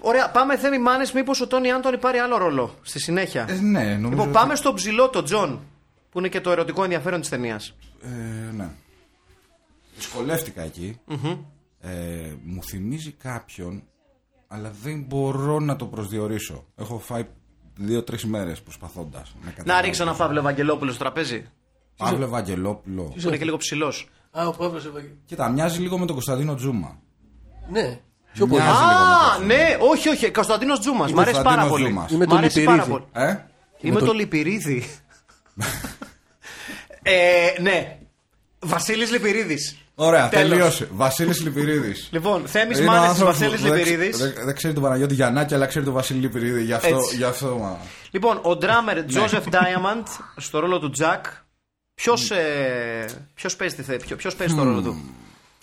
Speaker 3: Ωραία, πάμε Θέμη Μάνες μήπως ο Τόνι Άντων πάρει άλλο ρόλο στη συνέχεια.
Speaker 4: Ε, ναι, νομίζω.
Speaker 3: Λοιπόν,
Speaker 4: ότι-
Speaker 3: πάμε στο ψηλό, τον Τζον. Που είναι και το ερωτικό ενδιαφέρον της ταινίας.
Speaker 4: Ε, ναι. Δυσκολεύτηκα εκεί. Ε, μου θυμίζει κάποιον, αλλά δεν μπορώ να το προσδιορίσω. Έχω φάει δύο-τρει μέρες προσπαθώντας.
Speaker 3: Να ρίξω ένα Παύλο Ευαγγελόπουλο στο τραπέζι.
Speaker 4: Παύλο Ευαγγελόπουλο.
Speaker 3: Που είναι και λίγο ψηλός.
Speaker 5: Α, ο Παύλος Ευαγγελ.
Speaker 4: Κοίτα, μοιάζει λίγο με τον Κωνσταντίνο Τζούμα.
Speaker 5: Ναι, πιο πολύ.
Speaker 4: Μοιάζει. λίγο με
Speaker 3: Α,
Speaker 4: τον
Speaker 3: ναι, όχι, όχι. Κωνσταντίνος Τζούμας. Μ' αρέσει πάρα
Speaker 4: Κωνσταντίνος
Speaker 3: πολύ.
Speaker 4: Τζούμας.
Speaker 5: Είμαι
Speaker 3: Μ'
Speaker 5: το
Speaker 3: αρέσει
Speaker 5: Λυπηρίδη.
Speaker 3: πάρα πολύ.
Speaker 4: Ε?
Speaker 3: Είμαι το Λυπηρίδη. ε, ναι. Βασίλης Λυπηρίδης.
Speaker 4: Ωραία,
Speaker 3: Τέλος.
Speaker 4: τελείωσε. Βασίλης Λιπηρίδης.
Speaker 3: Λοιπόν, Θέμης
Speaker 4: Είναι
Speaker 3: Μάνες,
Speaker 4: άνθρωπος
Speaker 3: Βασίλης
Speaker 4: που δεν ξε-
Speaker 3: Λιπηρίδης.
Speaker 4: Δεν, δεν ξέρει τον Παναγιώτη Γιαννάκη, αλλά ξέρει τον Βασίλη Λιπηρίδη. Γι' αυτό.
Speaker 3: Έτσι.
Speaker 4: Γι αυτό μα.
Speaker 3: Λοιπόν, ο
Speaker 4: Ναι.
Speaker 3: drummer Joseph Diamond στο ρόλο του Jack. Ποιο
Speaker 4: Ναι.
Speaker 3: ποιος παίζει, τη θε- ποιο- ποιος παίζει το ρόλο του.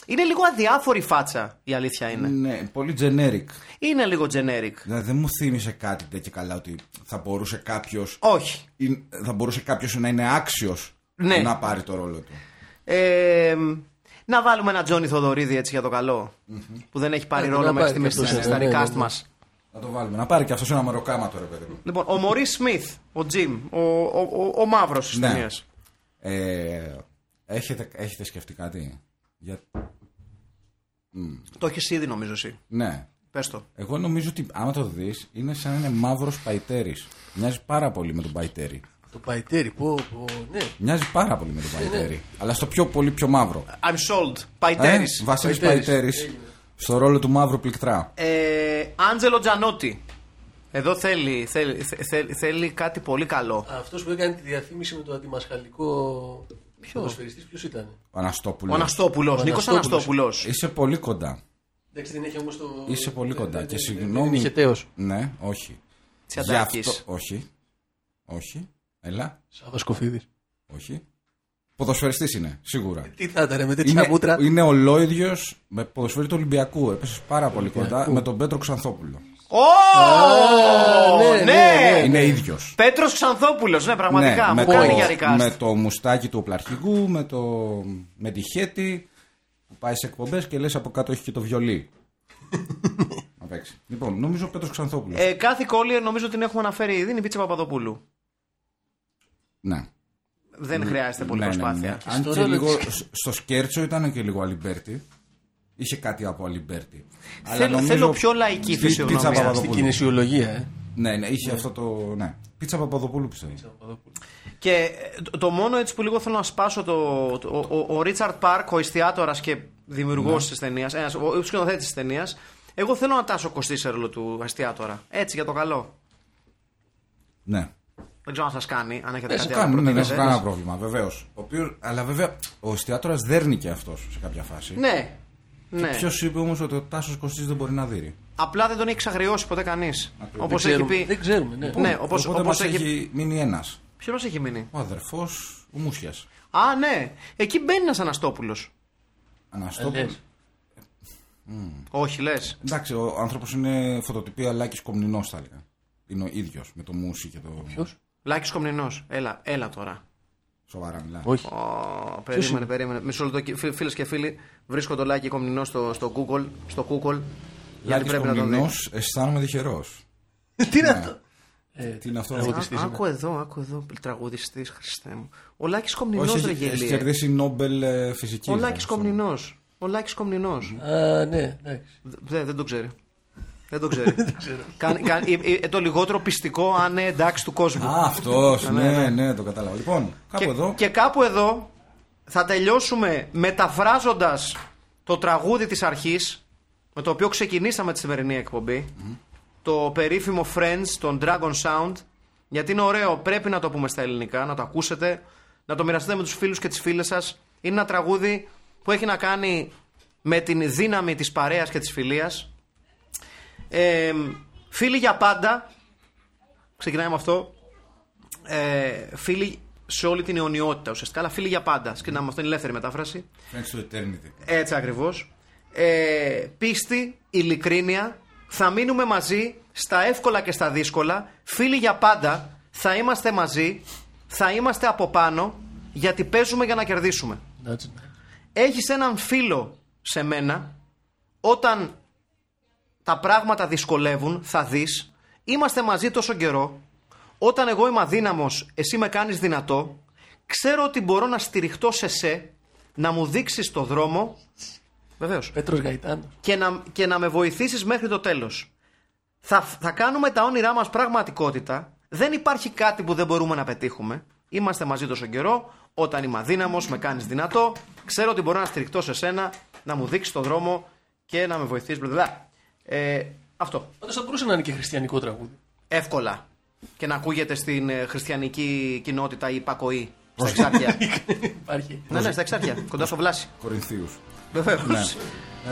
Speaker 3: Είναι λίγο αδιάφορη η φάτσα, η αλήθεια είναι.
Speaker 4: Ναι, πολύ generic.
Speaker 3: Είναι λίγο generic.
Speaker 4: Δηλαδή δεν μου θύμισε κάτι τέτοιο καλά ότι θα μπορούσε κάποιος.
Speaker 3: Όχι.
Speaker 4: Θα μπορούσε κάποιος να είναι άξιος
Speaker 3: Ναι.
Speaker 4: να πάρει το ρόλο του.
Speaker 3: Ε, να βάλουμε ένα Τζόνι Θοδωρίδη έτσι για το καλό. Που δεν έχει πάρει
Speaker 5: Ε,
Speaker 3: ρόλο
Speaker 5: να
Speaker 3: μέχρι στιγμή
Speaker 5: πάρει και αυτός,
Speaker 3: στα
Speaker 5: ναι, ναι, ναι,
Speaker 3: recast
Speaker 5: ναι.
Speaker 3: μας.
Speaker 4: Να το βάλουμε. Να πάρει και αυτός ένα μεροκάματο, ρε παιδί μου.
Speaker 3: Λοιπόν, ο Μωρή Σμιθ, ο Τζιμ, ο, ο, ο, ο μαύρος της
Speaker 4: Ναι.
Speaker 3: ταινίας.
Speaker 4: Ε, έχετε, έχετε σκεφτεί κάτι. Για...
Speaker 3: Το έχεις ήδη νομίζω εσύ.
Speaker 4: Ναι.
Speaker 3: Πες το.
Speaker 4: Εγώ νομίζω ότι άμα το δεις, είναι σαν ένα μαύρος παϊτέρης. Μοιάζει πάρα πολύ με τον παϊτέρη.
Speaker 5: Το παϊτέρι, πω, πω, ναι.
Speaker 4: Μοιάζει πάρα πολύ με τον Παϊτέρη. αλλά στο πιο πολύ πιο μαύρο.
Speaker 3: I'm sold.
Speaker 4: Ε,
Speaker 3: Παϊτέρη.
Speaker 4: Βασίλης
Speaker 5: Παϊτέρης.
Speaker 4: Παϊτέρης. Στο ρόλο του μαύρου πληκτρά.
Speaker 3: Ε, Άντζελο Τζανότη. Εδώ θέλει, θέλει, θε- θέλει, θέλει κάτι πολύ καλό.
Speaker 5: Αυτός που έκανε τη διαφήμιση με το αντιμασχαλικό ποδοσφαιριστής, ποιος ήταν.
Speaker 4: Ο Αναστόπουλος.
Speaker 3: Ο Αναστόπουλος.
Speaker 5: Ο
Speaker 3: Νίκος Αναστόπουλος.
Speaker 5: Αναστόπουλος.
Speaker 4: Είσαι πολύ κοντά.
Speaker 5: Εντάξει, δεν έχει όμως το.
Speaker 4: Είσαι πολύ κοντά. και συγγνώμη.
Speaker 5: Είναι ηχεταίο.
Speaker 4: Ναι, όχι. Γι'
Speaker 3: Τσιαντάκη.
Speaker 4: αυτό. Όχι. Όχι. Έλα.
Speaker 5: Σάβα Σκοφίδη.
Speaker 4: Όχι. Ποδοσφαιριστής είναι, σίγουρα.
Speaker 5: Τι θα ήταν ρε, με τέτοια
Speaker 4: Είναι,
Speaker 5: μούτρα.
Speaker 4: είναι ολόιδιος με ποδοσφαίρι του Ολυμπιακού. Έπεσε πάρα πολύ κοντά με τον Πέτρο Ξανθόπουλο.
Speaker 5: ναι,
Speaker 4: Ε.
Speaker 3: Ω!
Speaker 5: ναι,
Speaker 3: Ναι!
Speaker 4: Είναι ίδιος.
Speaker 3: Πέτρος Ξανθόπουλος, ναι, πραγματικά.
Speaker 4: με,
Speaker 3: Μου κάνει για
Speaker 4: το, με
Speaker 3: recast.
Speaker 4: το μουστάκι του οπλαρχηγού, με, το, με τη χέτη που πάει σε εκπομπές και λες από κάτω έχει και το βιολί. Να παίξει. Λοιπόν, νομίζω ο Πέτρος Ξανθόπουλος.
Speaker 3: Ε, Κάθε Κόλλιερ νομίζω την έχουμε αναφέρει ήδη. Είναι η πίτσα Παπαδοπούλου.
Speaker 4: ναι.
Speaker 3: Δεν χρειάζεται πολύ
Speaker 4: Ναι, ναι, ναι.
Speaker 3: προσπάθεια.
Speaker 4: Αν
Speaker 5: στο
Speaker 4: και
Speaker 5: ρόλο
Speaker 4: λίγο
Speaker 5: της-
Speaker 4: σ- στο σκέρτσο ήταν και λίγο Αλιμπέρτη. Είχε κάτι από Αλιμπέρτη. Αλλά
Speaker 3: Θέλω-
Speaker 4: νομίζω
Speaker 3: θέλω πιο λαϊκή
Speaker 4: πι-
Speaker 3: φυσιογνωμία.
Speaker 4: πίτσα
Speaker 5: Στην
Speaker 4: Παπαδοπούλου.
Speaker 5: κινησιολογία, ε.
Speaker 4: Ναι, ναι, είχε αυτό το. Ναι. Πίτσα Παπαδοπούλου πιστεύω.
Speaker 3: Και ε, το- το μόνο έτσι που λίγο θέλω να σπάσω το. το- ο- ο- ο Ρίτσαρτ Πάρκ, ο εστιατόρα και δημιουργός
Speaker 5: Ναι.
Speaker 3: της ταινίας, ένας- ο ο σκηνοθέτης της ταινίας, εγώ θέλω να τάσω κοστίσερλο του εστιατόρα. Έτσι για το καλό.
Speaker 4: Ναι.
Speaker 3: Δεν ξέρω αν σας κάνει, αν έχετε
Speaker 5: Ναι, σε
Speaker 3: κάτι
Speaker 4: Κάνουν,
Speaker 3: άλλο.
Speaker 4: ναι,
Speaker 3: να
Speaker 4: δεν έχω κανένα
Speaker 3: προτείνετε.
Speaker 4: πρόβλημα, βεβαίως. Αλλά βέβαια ο εστιατόρας δέρνει και αυτός σε κάποια φάση.
Speaker 3: Ναι, ναι.
Speaker 4: Ποιος είπε όμως ότι ο Τάσος Κωστής δεν μπορεί να δει.
Speaker 3: Απλά δεν τον έχει ξαγριώσει ποτέ κανείς. Όπως
Speaker 5: Δεν
Speaker 3: έχει
Speaker 5: ξέρουμε-
Speaker 3: πει.
Speaker 5: Δεν ξέρουμε, ναι.
Speaker 3: Ναι, όπως
Speaker 4: Οπότε μας
Speaker 3: έχει.
Speaker 4: έχει μείνει ένας.
Speaker 3: Ποιος μας έχει μείνει.
Speaker 4: Ο αδερφός ο Μούσια.
Speaker 3: Α, ναι. Εκεί μπαίνει ένας Αναστόπουλος.
Speaker 5: Ε,
Speaker 4: Αναστόπουλο.
Speaker 5: λες.
Speaker 3: Όχι, λες.
Speaker 4: Εντάξει, ο άνθρωπος είναι φωτοτυπία Λάκης Κομνηνός, θα έλεγα. Είναι ο ίδιος με το Μούσι και το.
Speaker 5: Ποιος?
Speaker 3: Λάκη Κομνηνός. Έλα, έλα τώρα.
Speaker 4: Σοβαρά μιλά.
Speaker 5: Όχι.
Speaker 3: Ω, περίμενε, περίμενε. Μισό λεπτό, και- φι- φίλες και φίλοι. Βρίσκω το Λάκη Κομνηνό στο, στο Google. Στο Google γιατί
Speaker 4: Λάκης
Speaker 3: πρέπει να τον
Speaker 4: Κομνηνό,
Speaker 3: δει.
Speaker 4: αισθάνομαι τυχερός.
Speaker 5: Τι
Speaker 4: Ναι.
Speaker 5: είναι αυτό.
Speaker 3: Ε,
Speaker 4: Τι είναι αυτό,
Speaker 5: τραγουδιστής.
Speaker 3: Α, Άκου εδώ, άκου εδώ. Τραγουδιστής, Χριστέ μου. Ο Λάκης Κομνηνός,
Speaker 4: Όχι,
Speaker 3: ρε
Speaker 4: έχει- έχεις
Speaker 3: γελίε.
Speaker 4: κερδίσει Νόμπελ ε, φυσική.
Speaker 3: Ο
Speaker 4: θα
Speaker 3: Λάκη
Speaker 4: πούμε.
Speaker 3: Κομνηνός. Ο Λάκης Κομνηνός.
Speaker 5: Α, ναι, εντάξει.
Speaker 3: Δεν, δεν το ξέρει. Δεν το ξέρει. Καν- καν- ε, ε, το λιγότερο πιστικό αν ε, εντάξει του κόσμου.
Speaker 4: Α, αυτός. ναι, ναι, το κατάλαβα. Λοιπόν, κάπου
Speaker 3: και,
Speaker 4: εδώ.
Speaker 3: και κάπου εδώ θα τελειώσουμε μεταφράζοντας το τραγούδι της αρχής με το οποίο ξεκινήσαμε τη σημερινή εκπομπή, το περίφημο Friends, τον Dragon Sound γιατί είναι ωραίο, πρέπει να το πούμε στα ελληνικά να το ακούσετε, να το μοιραστείτε με τους φίλους και τις φίλες σας είναι ένα τραγούδι που έχει να κάνει με την δύναμη της παρέας και της φιλίας ε, φίλοι για πάντα ξεκινάει με αυτό ε, φίλοι σε όλη την αιωνιότητα ουσιαστικά, αλλά φίλοι για πάντα. Σκηνάμε αυτό, είναι ελεύθερη μετάφραση.
Speaker 4: Friends to Eternity.
Speaker 3: Έτσι ακριβώς. Ε, πίστη, ειλικρίνεια. Θα μείνουμε μαζί στα εύκολα και στα δύσκολα. Φίλοι για πάντα. Θα είμαστε μαζί. Θα είμαστε από πάνω. Γιατί παίζουμε για να κερδίσουμε.
Speaker 5: Εντάξει, ναι. εντάξει.
Speaker 3: Έχεις έναν φίλο σε μένα όταν τα πράγματα δυσκολεύουν θα δεις είμαστε μαζί τόσο καιρό όταν εγώ είμαι αδύναμος εσύ με κάνεις δυνατό ξέρω ότι μπορώ να στηριχτώ σε σε να μου δείξεις το δρόμο βεβαίως
Speaker 5: Πέτρος Γαϊτάνος.
Speaker 3: και να, και να με βοηθήσεις μέχρι το τέλος θα, θα κάνουμε τα όνειρά μας πραγματικότητα δεν υπάρχει κάτι που δεν μπορούμε να πετύχουμε είμαστε μαζί τόσο καιρό όταν είμαι αδύναμος με κάνεις δυνατό ξέρω ότι μπορώ να στηριχτώ σε σένα να μου δείξεις το δρόμο και να με βοηθήσεις μπλα, μπλα, μπλα. ε, αυτό
Speaker 5: Πάντως θα μπορούσε να είναι και χριστιανικό τραγούδι.
Speaker 3: εύκολα και να ακούγεται στην ε, χριστιανική κοινότητα η υπακοή. Στα εξάρτια.
Speaker 5: Υπάρχει.
Speaker 3: ναι, ναι, στα εξάρτια. κοντά στο Βλάση.
Speaker 4: Κορινθίους.
Speaker 3: Βεβαίως. Ναι.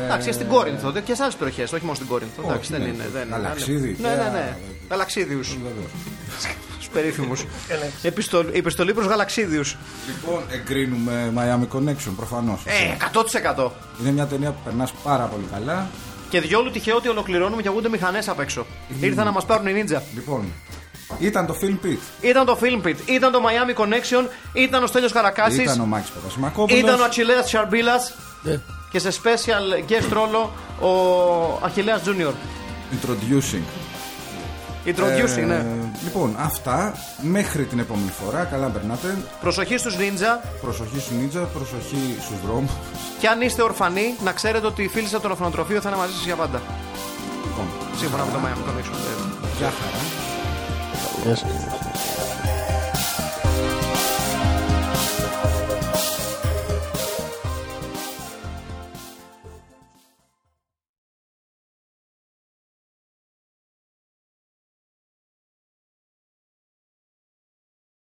Speaker 3: Εντάξει, και στην Κόρινθο δε- και σε άλλες περιοχές, όχι μόνο στην Κόρινθο. Εντάξει, δεν
Speaker 4: ναι,
Speaker 3: είναι. δεν είναι.
Speaker 4: Γαλαξίδι,
Speaker 3: Ναι, ναι, ναι.
Speaker 4: ε,
Speaker 3: Γαλαξίδιου.
Speaker 4: Βεβαίως.
Speaker 3: Τους περίφημους. Επιστολή προς Γαλαξίδιους.
Speaker 4: Λοιπόν, εγκρίνουμε Miami Connection προφανώς.
Speaker 3: Ε, 100%.
Speaker 4: Είναι μια ταινία που περνάς πάρα πολύ καλά.
Speaker 3: Και διόλου τυχαίο ότι ολοκληρώνουμε και αγούνται μηχανές απ' έξω. Ήρθαν να μας πάρουν οι νίντζα.
Speaker 4: Λοιπόν, ήταν το Film Pit.
Speaker 3: Ήταν το Film Pit, ήταν το Miami Connection, ήταν ο Στέλιος Καρακάσης,
Speaker 4: Ήταν ο Μάκης Παπασημακόπουλος.
Speaker 3: ήταν ο Ατσιλέας Τσαρμπίλας,
Speaker 5: Ναι.
Speaker 3: και σε special guest ρόλο ο Αχιλέας Junior.
Speaker 4: Introducing.
Speaker 3: Introducing,
Speaker 4: Ε,
Speaker 3: ναι.
Speaker 4: Λοιπόν, αυτά μέχρι την επόμενη φορά. Καλά να περνάτε.
Speaker 3: Προσοχή στους ninja
Speaker 4: Προσοχή στους Νίτζα, προσοχή στους δρόμους.
Speaker 3: και αν είστε ορφανοί να ξέρετε ότι οι φίλοι σας από το ορφανοτροφείο θα είναι μαζί σας για πάντα.
Speaker 4: Λοιπόν,
Speaker 3: Σύμφωνα με το Miami Connection.
Speaker 4: γεια χαρά.
Speaker 5: Γεια σας.